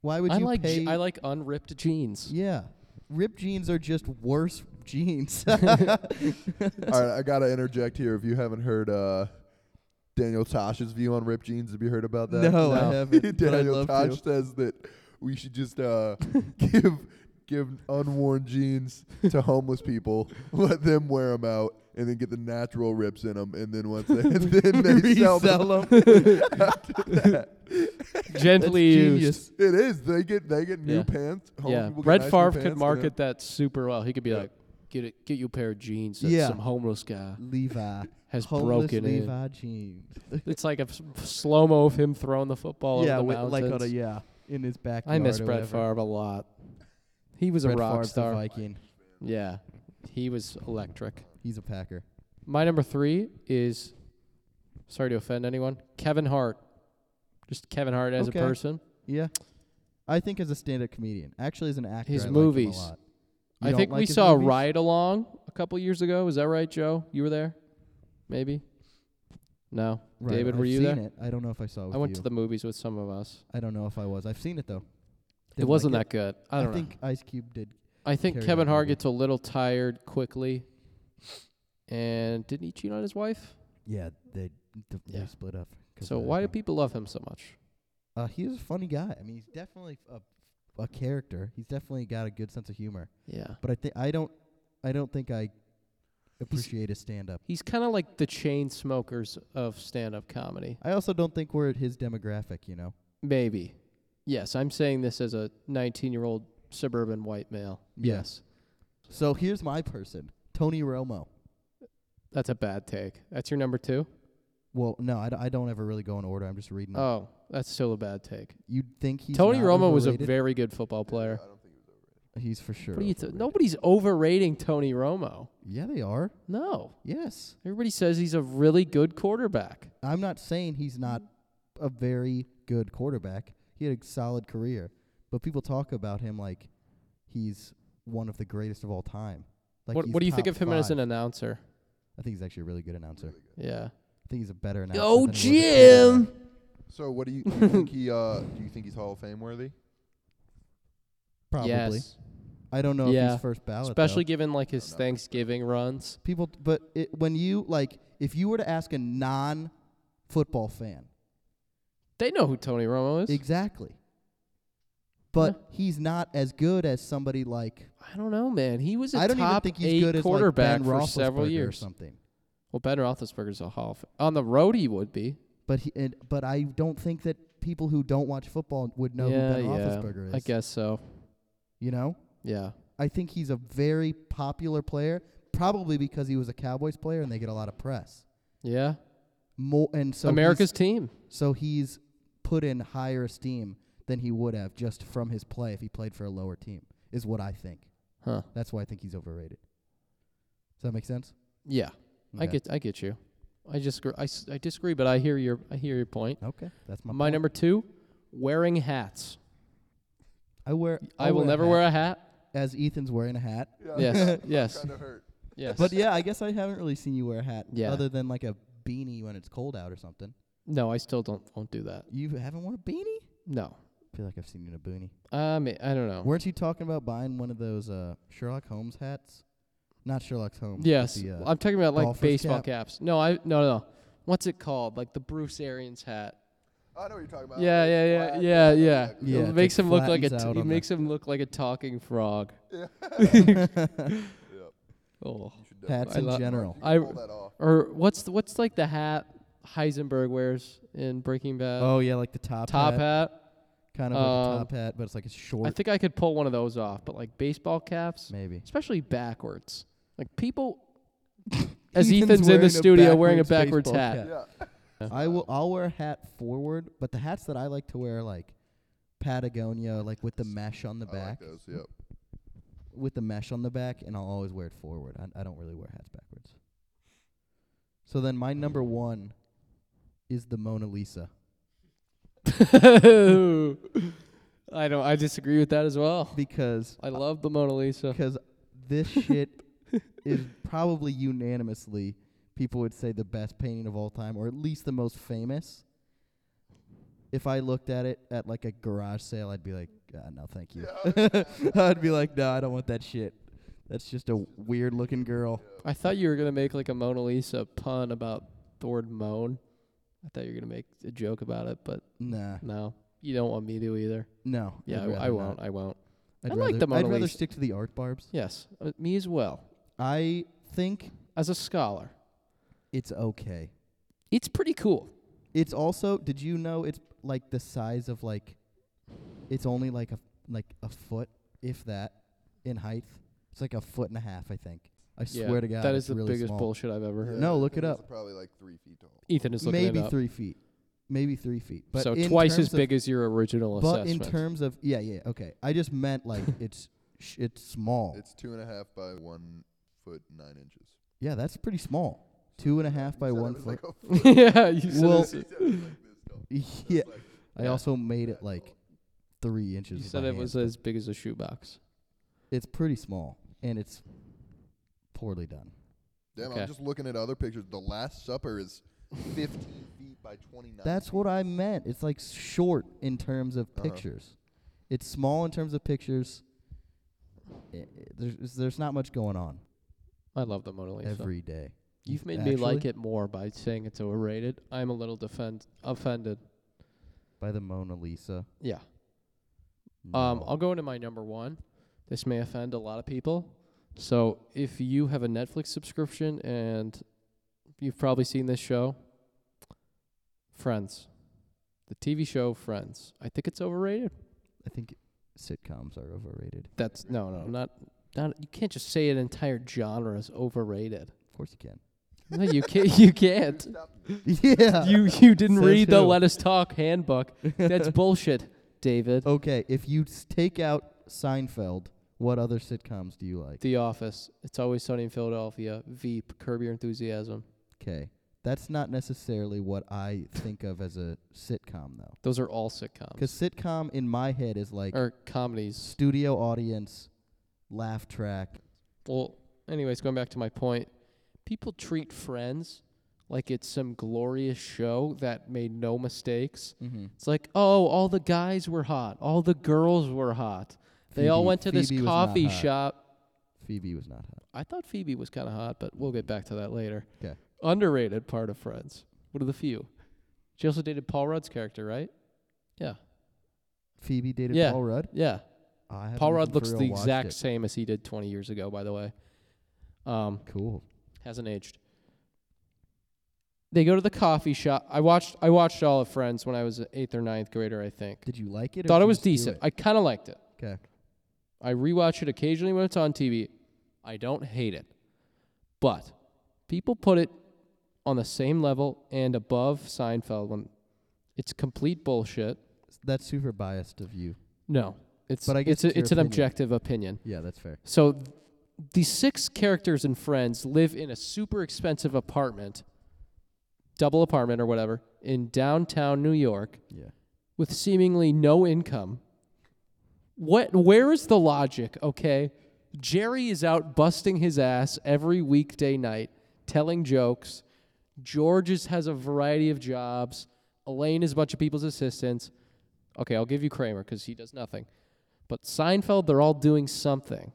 Speaker 2: Why would
Speaker 1: I
Speaker 2: you
Speaker 1: like
Speaker 2: pay?
Speaker 1: je- I like unripped jeans.
Speaker 2: yeah, ripped jeans are just worse <laughs>
Speaker 1: <laughs>
Speaker 2: jeans.
Speaker 4: <laughs> All right, I gotta interject here. If you haven't heard uh, Daniel Tosh's view on ripped jeans, have you heard about that?
Speaker 2: No, I No.
Speaker 4: <laughs>
Speaker 2: haven't, but I'd
Speaker 4: Daniel
Speaker 2: love
Speaker 4: Tosh
Speaker 2: to.
Speaker 4: says that we should just uh, give give unworn jeans to homeless people, <laughs> let them wear them out, and then get the natural rips in them, and then once they and then they sell them.
Speaker 2: Resell 'em. <laughs> That's
Speaker 1: Gently used.
Speaker 2: genius.
Speaker 4: <laughs> It is. They get they get new
Speaker 1: Yeah.
Speaker 4: pants. Homeless
Speaker 1: Yeah,
Speaker 4: people get
Speaker 1: Brett
Speaker 4: nice new
Speaker 1: Favre
Speaker 4: pants,
Speaker 1: could
Speaker 4: and
Speaker 1: market that super well. He could be
Speaker 4: Yeah.
Speaker 1: like, "Get it, get you a pair of jeans that
Speaker 2: Yeah.
Speaker 1: some homeless guy
Speaker 2: Levi
Speaker 1: has
Speaker 2: Homeless
Speaker 1: broken in."
Speaker 2: Levi jeans.
Speaker 1: It's like a slow mo of him throwing the football
Speaker 2: <laughs> yeah,
Speaker 1: over the
Speaker 2: wi- like
Speaker 1: mountains.
Speaker 2: on a yeah in his backyard.
Speaker 1: I miss
Speaker 2: or
Speaker 1: Brett
Speaker 2: whatever.
Speaker 1: Favre a lot. He was
Speaker 2: Brett
Speaker 1: a rock
Speaker 2: Favre's the
Speaker 1: star.
Speaker 2: Viking.
Speaker 1: Yeah, He was electric.
Speaker 2: He's a Packer.
Speaker 1: My number three is sorry to offend anyone. Kevin Hart. Just Kevin Hart as
Speaker 2: Okay.
Speaker 1: a person.
Speaker 2: Yeah. I think as a stand-up comedian, actually as an actor,
Speaker 1: His
Speaker 2: I like him
Speaker 1: movies.
Speaker 2: a lot. You
Speaker 1: I
Speaker 2: don't
Speaker 1: think
Speaker 2: like
Speaker 1: we
Speaker 2: his
Speaker 1: saw
Speaker 2: movies?
Speaker 1: a ride along a couple years ago. Is that right, Joe? You were there? Maybe? No.
Speaker 2: Right,
Speaker 1: David,
Speaker 2: I've
Speaker 1: were you
Speaker 2: seen
Speaker 1: there?
Speaker 2: It. I don't know if I saw. It with
Speaker 1: I went
Speaker 2: you.
Speaker 1: to the movies with some of us.
Speaker 2: I don't know if I was. I've seen it though.
Speaker 1: it wasn't that good. I don't know.
Speaker 2: think Ice Cube did.
Speaker 1: I think
Speaker 2: Carry
Speaker 1: Kevin
Speaker 2: that
Speaker 1: Hart
Speaker 2: movie.
Speaker 1: gets a little tired quickly. And didn't he cheat on his wife?
Speaker 2: Yeah, they they
Speaker 1: Yeah.
Speaker 2: split up. 'cause
Speaker 1: So
Speaker 2: of that,
Speaker 1: why
Speaker 2: I
Speaker 1: do
Speaker 2: think.
Speaker 1: people love him so much?
Speaker 2: Uh, he's a funny guy. I mean, he's definitely a, a character. He's definitely got a good sense of humor.
Speaker 1: Yeah.
Speaker 2: But I think I don't. I don't think I appreciate his stand-up.
Speaker 1: He's kind of like the chain smokers of stand-up comedy.
Speaker 2: I also don't think we're at his demographic. You know.
Speaker 1: Maybe. Yes, I'm saying this as a 19-year-old suburban white male.
Speaker 2: Yeah.
Speaker 1: Yes.
Speaker 2: So here's my person, Tony Romo.
Speaker 1: That's a bad take. That's your number 2?
Speaker 2: Well, no, I, d- I don't ever really go in order. I'm just reading. them.
Speaker 1: Oh, that's still a bad take.
Speaker 2: You'd think he's
Speaker 1: Tony
Speaker 2: not
Speaker 1: Romo was a
Speaker 2: overrated.
Speaker 1: very good football player.
Speaker 2: He's for sure.
Speaker 1: What do you th-
Speaker 2: overrated.
Speaker 1: Nobody's overrating Tony Romo.
Speaker 2: Yeah, they are.
Speaker 1: No.
Speaker 2: Yes.
Speaker 1: Everybody says he's a really good quarterback.
Speaker 2: I'm not saying he's not a very good quarterback. He had a solid career, but people talk about him like he's one of the greatest of all time. Like
Speaker 1: what
Speaker 2: he's
Speaker 1: What do you think
Speaker 2: top
Speaker 1: of him as an
Speaker 2: five.
Speaker 1: announcer?
Speaker 2: I think he's actually a really good announcer.
Speaker 1: Yeah.
Speaker 2: I think he's a better announcer.
Speaker 1: Go
Speaker 2: than he was a quarterback.
Speaker 1: Oh, Jim.
Speaker 4: So what do you, do you think he? Uh, do you think he's Hall of Fame worthy?
Speaker 2: Probably.
Speaker 1: Yes.
Speaker 2: I don't know if
Speaker 1: Yeah.
Speaker 2: he's first ballot. though.
Speaker 1: Especially given like his
Speaker 4: No, no.
Speaker 1: Thanksgiving runs.
Speaker 2: people, but it, when you like, if you were to ask a non-football fan,
Speaker 1: They know who Tony Romo is.
Speaker 2: exactly. But he's not as good as somebody like
Speaker 1: I don't know, man. He was a
Speaker 2: I don't even
Speaker 1: top
Speaker 2: think
Speaker 1: eight
Speaker 2: he's good as like
Speaker 1: quarterback
Speaker 2: Ben
Speaker 1: for several
Speaker 2: Roethlisberger or
Speaker 1: years.
Speaker 2: something.
Speaker 1: Well, Ben Roethlisberger's a Hall of Fa- On the road, he would be.
Speaker 2: But he, and, but I don't think that people who don't watch football would know
Speaker 1: yeah,
Speaker 2: who Ben
Speaker 1: yeah.
Speaker 2: Roethlisberger is.
Speaker 1: I guess so.
Speaker 2: you know.
Speaker 1: Yeah.
Speaker 2: I think he's a very popular player, probably because he was a Cowboys player and they get a lot of press.
Speaker 1: Yeah.
Speaker 2: More and so
Speaker 1: America's
Speaker 2: he's,
Speaker 1: team.
Speaker 2: so he's put in higher esteem than he would have just from his play if he played for a lower team. Is what I think.
Speaker 1: Huh.
Speaker 2: That's why I think he's overrated. Does that make sense?
Speaker 1: Yeah. I
Speaker 2: Okay.
Speaker 1: get. I get you. I just. I, s- I disagree, but I hear your. I hear your point.
Speaker 2: Okay, that's my
Speaker 1: My
Speaker 2: point.
Speaker 1: number two, wearing hats.
Speaker 2: I Oh, wear.
Speaker 1: I, will never
Speaker 2: hat
Speaker 1: wear a hat.
Speaker 2: as Ethan's wearing a hat.
Speaker 1: Yes.
Speaker 4: <laughs>
Speaker 1: yes.
Speaker 4: Kind of hurt.
Speaker 1: Yes.
Speaker 2: But yeah, I guess I haven't really seen you wear a hat
Speaker 1: Yeah.
Speaker 2: other than like a beanie when it's cold out or something.
Speaker 1: no, I still don't. Won't do that.
Speaker 2: You haven't worn a beanie?
Speaker 1: No.
Speaker 2: I feel like I've seen you in a beanie.
Speaker 1: Um. I don't know.
Speaker 2: Weren't you talking about buying one of those uh, Sherlock Holmes hats? Not Sherlock Holmes. but
Speaker 1: Yes,
Speaker 2: The, uh,
Speaker 1: I'm talking about like
Speaker 2: golfer's
Speaker 1: baseball
Speaker 2: cap?
Speaker 1: caps. No, I no no. What's it called? Like the Bruce Arians hat.
Speaker 4: Oh, I know what you're talking about.
Speaker 1: yeah, yeah, yeah, yeah, yeah,
Speaker 2: Yeah,
Speaker 1: It
Speaker 2: it's
Speaker 1: makes
Speaker 2: like
Speaker 1: him look like a.
Speaker 2: flattens
Speaker 1: T-
Speaker 2: out
Speaker 1: it
Speaker 2: on
Speaker 1: makes him look like a talking frog. <laughs> oh.
Speaker 2: hats
Speaker 1: I
Speaker 2: in
Speaker 1: lo-
Speaker 2: general.
Speaker 1: I or what's the, what's like the hat Heisenberg wears in Breaking Bad?
Speaker 2: oh yeah, like the top
Speaker 1: Top
Speaker 2: hat,
Speaker 1: hat.
Speaker 2: kind of like a
Speaker 1: um,
Speaker 2: top hat, but it's like a short.
Speaker 1: I think I could pull one of those off, but like baseball caps,
Speaker 2: maybe.
Speaker 1: especially backwards. Like people, <laughs>
Speaker 2: <laughs>
Speaker 1: as
Speaker 2: Ethan's
Speaker 1: Ethan's in
Speaker 2: wearing a
Speaker 1: the studio wearing a
Speaker 2: backwards
Speaker 1: backwards
Speaker 2: baseball
Speaker 1: hat.
Speaker 2: cap. I will. I'll wear a hat forward, but the hats that I like to wear are like Patagonia, like with the mesh on the
Speaker 4: I like
Speaker 2: back,
Speaker 4: those. Yep.
Speaker 2: with the mesh on the back, and I'll always wear it forward. I, I don't really wear hats backwards. So then my number one is the Mona Lisa.
Speaker 1: I don't. I disagree with that as well.
Speaker 2: because
Speaker 1: I love the Mona Lisa.
Speaker 2: because this shit is probably unanimously people would say the best painting of all time or at least the most famous. If I looked at it at like a garage sale, I'd be like, ah, no, thank you. <laughs> I'd be like, no, I don't want that shit. That's just a weird looking girl.
Speaker 1: I thought you were gonna make like a Mona Lisa pun about the word moan. I thought you were gonna make a joke about it, but
Speaker 2: Nah,
Speaker 1: no, you don't want me to either.
Speaker 2: no. I'd
Speaker 1: Yeah, I- I,
Speaker 2: rather
Speaker 1: won't.
Speaker 2: not.
Speaker 1: I won't.
Speaker 2: I'd
Speaker 1: I
Speaker 2: rather,
Speaker 1: like the
Speaker 2: I'd
Speaker 1: Mona
Speaker 2: rather
Speaker 1: Lisa.
Speaker 2: stick to the art barbs.
Speaker 1: Yes, uh, me as well.
Speaker 2: I think
Speaker 1: As a scholar,
Speaker 2: it's okay.
Speaker 1: it's pretty cool.
Speaker 2: It's also. Did you know it's like the size of like, it's only like a like a foot, if that, in height. It's like a foot and a half, I think. I
Speaker 1: Yeah,
Speaker 2: swear to God,
Speaker 1: that
Speaker 2: it's
Speaker 1: is the
Speaker 2: really
Speaker 1: biggest
Speaker 2: small.
Speaker 1: bullshit I've ever heard.
Speaker 2: No, look it up.
Speaker 4: Probably like three feet tall.
Speaker 1: Ethan is looking
Speaker 2: Maybe
Speaker 1: it up.
Speaker 2: three feet, maybe three feet. But
Speaker 1: so
Speaker 2: in
Speaker 1: twice as
Speaker 2: terms of-
Speaker 1: big as your original
Speaker 2: But in
Speaker 1: assessment.
Speaker 2: terms of yeah, yeah, okay. I just meant like it's sh- it's small.
Speaker 4: It's two and a half by one foot nine inches.
Speaker 2: Yeah, that's pretty small. Two and a half by
Speaker 4: You said
Speaker 2: one
Speaker 4: it was like
Speaker 2: foot.
Speaker 4: a foot.
Speaker 1: <laughs>
Speaker 4: <laughs>
Speaker 1: yeah,
Speaker 2: <laughs>
Speaker 1: you said,
Speaker 2: Well-
Speaker 1: it, was-
Speaker 4: You said it was like this,
Speaker 2: <laughs>
Speaker 4: though.
Speaker 1: <laughs>
Speaker 2: yeah.
Speaker 4: It was
Speaker 2: I
Speaker 4: like-
Speaker 2: also made it like three inches.
Speaker 1: you
Speaker 2: with
Speaker 1: said
Speaker 2: my
Speaker 1: it was
Speaker 2: hands,
Speaker 1: as big as a shoebox.
Speaker 2: but It's pretty small, and it's poorly done.
Speaker 4: Damn,
Speaker 1: Okay.
Speaker 4: I'm just looking at other pictures. The Last Supper is 15 feet by 29.
Speaker 2: That's
Speaker 4: feet.
Speaker 2: what I meant. It's like short in terms of
Speaker 4: Uh-huh.
Speaker 2: pictures. It's small in terms of pictures. I- I- There's there's not much going on
Speaker 1: I love the Mona Lisa.
Speaker 2: every day.
Speaker 1: You've made me like it more by saying it's overrated. I'm a little defend offended.
Speaker 2: by the Mona Lisa.
Speaker 1: Yeah. Um,
Speaker 2: No.
Speaker 1: I'll go into my number one. This may offend a lot of people. So if you have a Netflix subscription and you've probably seen this show, Friends, the TV show Friends, I think it's overrated.
Speaker 2: I think sitcoms are overrated.
Speaker 1: That's no, no, not not. You can't just say an entire genre is overrated. <laughs>
Speaker 2: Of course you can. <laughs>
Speaker 1: No, you can't. You
Speaker 4: Dude,
Speaker 1: can't.
Speaker 4: stop.
Speaker 2: yeah.
Speaker 1: You you didn't
Speaker 2: Says
Speaker 1: read the
Speaker 2: who?
Speaker 1: Let Us Talk
Speaker 2: <laughs>
Speaker 1: handbook. <laughs> That's bullshit, David.
Speaker 2: okay, if you s- take out Seinfeld, what other sitcoms do you like?
Speaker 1: The Office. It's always sunny in Philadelphia. Veep. Curb Your Enthusiasm.
Speaker 2: Okay. That's not necessarily what I think of as a sitcom though.
Speaker 1: Those are all sitcoms.
Speaker 2: 'Cause sitcom in my head is like
Speaker 1: or comedies.
Speaker 2: studio audience, laugh track.
Speaker 1: Well, anyways, going back to my point, people treat Friends like it's some glorious show that made no mistakes.
Speaker 2: Mm-hmm.
Speaker 1: It's like, oh, all the guys were hot, all the girls were hot. They all
Speaker 2: Phoebe-
Speaker 1: went to this
Speaker 2: Phoebe was not
Speaker 1: coffee
Speaker 2: hot.
Speaker 1: shop.
Speaker 2: Phoebe was not hot.
Speaker 1: I thought Phoebe was kind of hot, but we'll get back to that later.
Speaker 2: 'Kay.
Speaker 1: Underrated part of Friends. One of the few. She also dated Paul Rudd's character, right? Yeah.
Speaker 2: Phoebe dated
Speaker 1: Yeah.
Speaker 2: Paul Rudd.
Speaker 1: Yeah.
Speaker 2: Oh, I haven't
Speaker 1: Paul
Speaker 2: even
Speaker 1: Rudd
Speaker 2: for
Speaker 1: looks
Speaker 2: real
Speaker 1: the
Speaker 2: watched
Speaker 1: exact
Speaker 2: it.
Speaker 1: same as he did 20 years ago, by the way. Um,
Speaker 2: Cool.
Speaker 1: hasn't aged. They go to the coffee shop. I watched I watched all of Friends when I was an eighth or ninth grader, I think.
Speaker 2: Did you like it? or
Speaker 1: Thought
Speaker 2: did
Speaker 1: it
Speaker 2: you
Speaker 1: was
Speaker 2: just do
Speaker 1: decent. I kind of liked it.
Speaker 2: Okay.
Speaker 1: I rewatch it occasionally when it's on TV. I don't hate it. But people put it on the same level and above Seinfeld when it's complete bullshit.
Speaker 2: That's super biased of you.
Speaker 1: No. It's
Speaker 2: But I guess
Speaker 1: it's, a-
Speaker 2: it's your
Speaker 1: it's an
Speaker 2: opinion.
Speaker 1: objective opinion.
Speaker 2: Yeah, that's fair.
Speaker 1: So th- these six characters and friends live in a super expensive apartment, double apartment or whatever, in downtown New York
Speaker 2: Yeah.
Speaker 1: with seemingly no income. What where is the logic, okay? Jerry is out busting his ass every weekday night telling jokes. George is, has a variety of jobs. Elaine is a bunch of people's assistants. Okay, I'll give you Kramer cuz he does nothing. But Seinfeld, they're all doing something.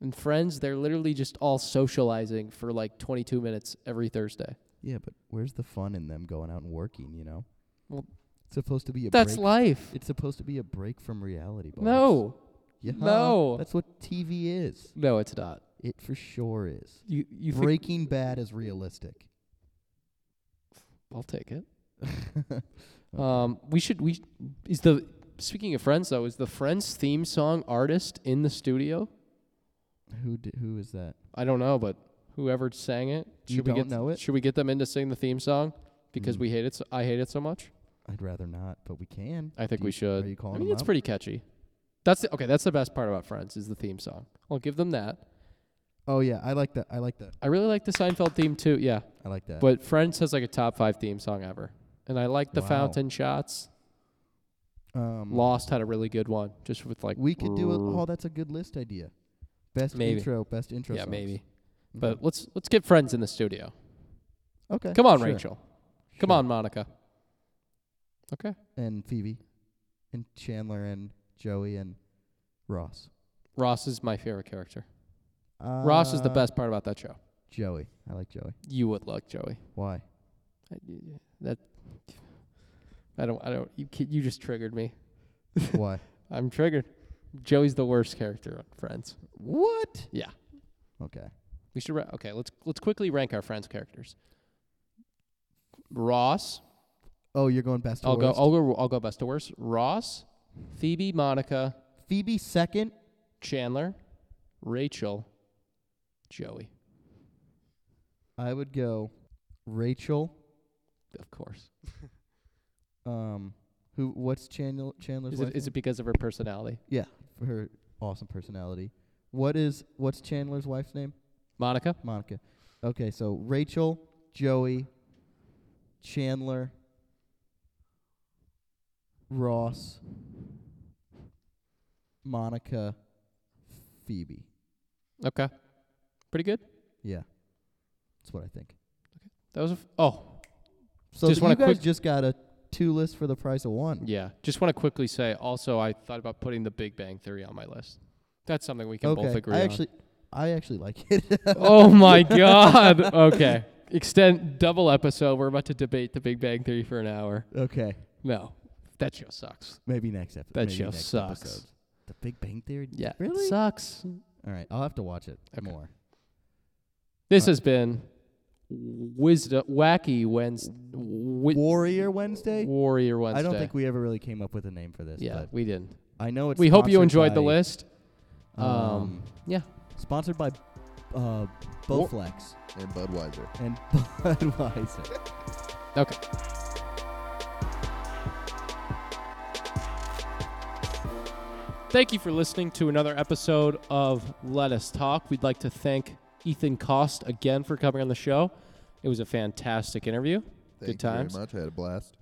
Speaker 1: And friends, they're literally just all socializing for like 22 minutes every Thursday.
Speaker 2: Yeah, but where's the fun in them going out and working? You know.
Speaker 1: Well,
Speaker 2: it's supposed to be a.
Speaker 1: That's
Speaker 2: break.
Speaker 1: life.
Speaker 2: It's supposed to be a break from reality. Bobs.
Speaker 1: No.
Speaker 2: Yeah,
Speaker 1: no.
Speaker 2: That's what TV is.
Speaker 1: No, it's not.
Speaker 2: It for sure is.
Speaker 1: You you think-
Speaker 2: Breaking Bad is realistic.
Speaker 1: I'll take it.
Speaker 2: <laughs> Okay.
Speaker 1: Um, we should we is the speaking of Friends though is the Friends theme song artist in the studio?
Speaker 2: who d- who is that?
Speaker 1: I don't know, but whoever sang it,
Speaker 2: You
Speaker 1: should we get
Speaker 2: don't know it?
Speaker 1: should we get them in to sing the theme song because
Speaker 2: Mm.
Speaker 1: we hate it? So, I hate it so much.
Speaker 2: I'd rather not, but we can.
Speaker 1: I think
Speaker 2: Do
Speaker 1: we
Speaker 2: you-
Speaker 1: should.
Speaker 2: Are you calling
Speaker 1: I mean,
Speaker 2: him
Speaker 1: it's
Speaker 2: up?
Speaker 1: pretty catchy. That's the, okay. That's the best part about Friends is the theme song. I'll give them that.
Speaker 2: Oh yeah, I like that. I like that.
Speaker 1: I really like the Seinfeld theme too. Yeah,
Speaker 2: I like that.
Speaker 1: but Friends has like a top five theme song ever, and I like the
Speaker 2: Wow.
Speaker 1: fountain shots.
Speaker 2: um,
Speaker 1: Lost had a really good one, just with like
Speaker 2: We could do it. Oh, that's a good list idea. Best
Speaker 1: Maybe.
Speaker 2: intro. Best intro.
Speaker 1: yeah,
Speaker 2: songs.
Speaker 1: maybe.
Speaker 2: Okay.
Speaker 1: But let's let's get Friends in the studio.
Speaker 2: okay.
Speaker 1: Come on,
Speaker 2: sure,
Speaker 1: Rachel. Come
Speaker 2: sure.
Speaker 1: on, Monica. Okay.
Speaker 2: And Phoebe, and Chandler, and Joey, and Ross.
Speaker 1: Ross is my favorite character. Ross is the
Speaker 2: Uh,
Speaker 1: best part about that show.
Speaker 2: Joey. I like Joey.
Speaker 1: You would like Joey. <laughs>
Speaker 2: Why?
Speaker 1: I- That I don't I don't you ki- you just triggered me.
Speaker 2: Why?
Speaker 1: I'm triggered. Joey's the worst character on Friends.
Speaker 2: What?
Speaker 1: Yeah.
Speaker 2: Okay.
Speaker 1: We should ra- okay, let's let's quickly rank our Friends characters. Ross,
Speaker 2: Oh, you're going best. to
Speaker 1: I'll go,
Speaker 2: worst?
Speaker 1: I'll go I'll go best to worst. Ross, Phoebe, Monica,
Speaker 2: Phoebe second.
Speaker 1: Chandler, Rachel, Joey.
Speaker 2: I would go Rachel.
Speaker 1: Of course.
Speaker 2: Um, who? What's Chandler? Chandler's
Speaker 1: Is it,
Speaker 2: last
Speaker 1: is
Speaker 2: name?
Speaker 1: it because of her personality?
Speaker 2: Yeah, for her awesome personality. What is what's Chandler's wife's name?
Speaker 1: Monica?
Speaker 2: Monica. Okay, so Rachel, Joey, Chandler, Ross, Monica, Phoebe.
Speaker 1: Okay. Pretty good.
Speaker 2: Yeah, that's what I think.
Speaker 1: That was a f- oh
Speaker 2: So
Speaker 1: Just
Speaker 2: th-
Speaker 1: wanna
Speaker 2: you guys
Speaker 1: quick-
Speaker 2: just got a two list for the price of one.
Speaker 1: yeah. Just want to quickly say also I thought about putting the Big Bang Theory on my list. That's something we can
Speaker 2: okay,
Speaker 1: both agree
Speaker 2: I
Speaker 1: on.
Speaker 2: actually, <laughs> I actually like it.
Speaker 1: <laughs>
Speaker 2: <laughs>
Speaker 1: oh my god. Okay. Extend double episode. We're about to debate the Big Bang Theory for an hour.
Speaker 2: okay,
Speaker 1: No. That show sucks.
Speaker 2: maybe next episode.
Speaker 1: That show
Speaker 2: next
Speaker 1: sucks.
Speaker 2: episode. The Big Bang Theory.
Speaker 1: Yeah. it
Speaker 2: really.
Speaker 1: sucks.
Speaker 2: All right, I'll have to watch it
Speaker 1: Okay.
Speaker 2: more.
Speaker 1: This
Speaker 2: Uh,
Speaker 1: has been Wisdom Wacky Wednesday wi-
Speaker 2: Warrior Wednesday?
Speaker 1: Warrior Wednesday.
Speaker 2: I don't think we ever really came up with a name for this.
Speaker 1: Yeah,
Speaker 2: but
Speaker 1: we didn't.
Speaker 2: I know it's.
Speaker 1: we hope you
Speaker 2: sponsored
Speaker 1: enjoyed the
Speaker 2: by,
Speaker 1: list.
Speaker 2: Um,
Speaker 1: Um, yeah.
Speaker 2: Sponsored by uh,
Speaker 1: Wor-
Speaker 2: Bowflex
Speaker 4: And Budweiser.
Speaker 2: and <laughs> Budweiser.
Speaker 1: Okay. Thank you for listening to another episode of Let Us Talk. We'd like to thank Ethan Cost again for coming on the show. It was a fantastic interview.
Speaker 4: Thank
Speaker 1: Good times.
Speaker 4: You very much. I had a blast.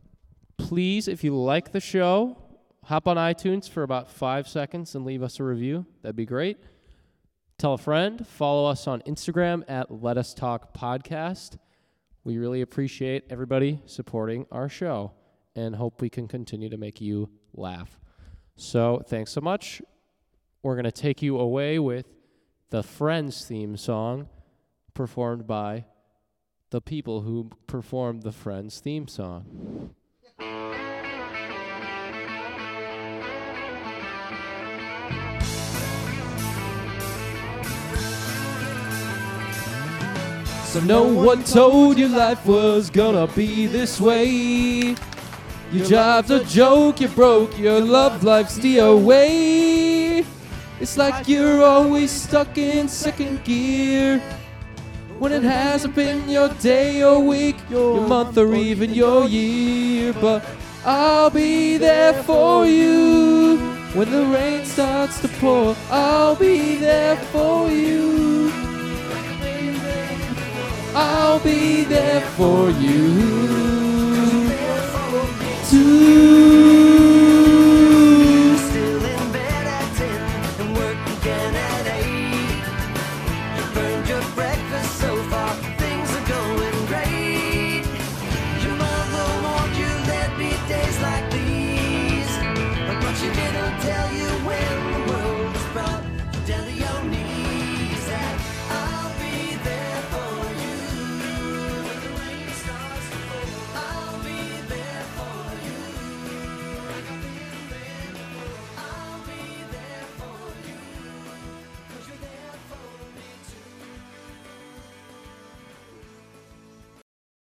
Speaker 1: please, if you like the show, hop on iTunes for about five seconds and leave us a review. That'd be great. Tell a friend. Follow us on Instagram at Let Us Talk Podcast. We really appreciate everybody supporting our show and hope we can continue to make you laugh. So, thanks so much. We're going to take you away with the Friends theme song performed by the people who performed the Friends theme song. So no one told you life was gonna be this way. Your job's a joke, you're broke, your love life's DOA. It's like you're always stuck in second gear. When it hasn't been your day or week, your month or even your year. But I'll be there for you. When the rain starts to pour, I'll be there for you. I'll be there for you.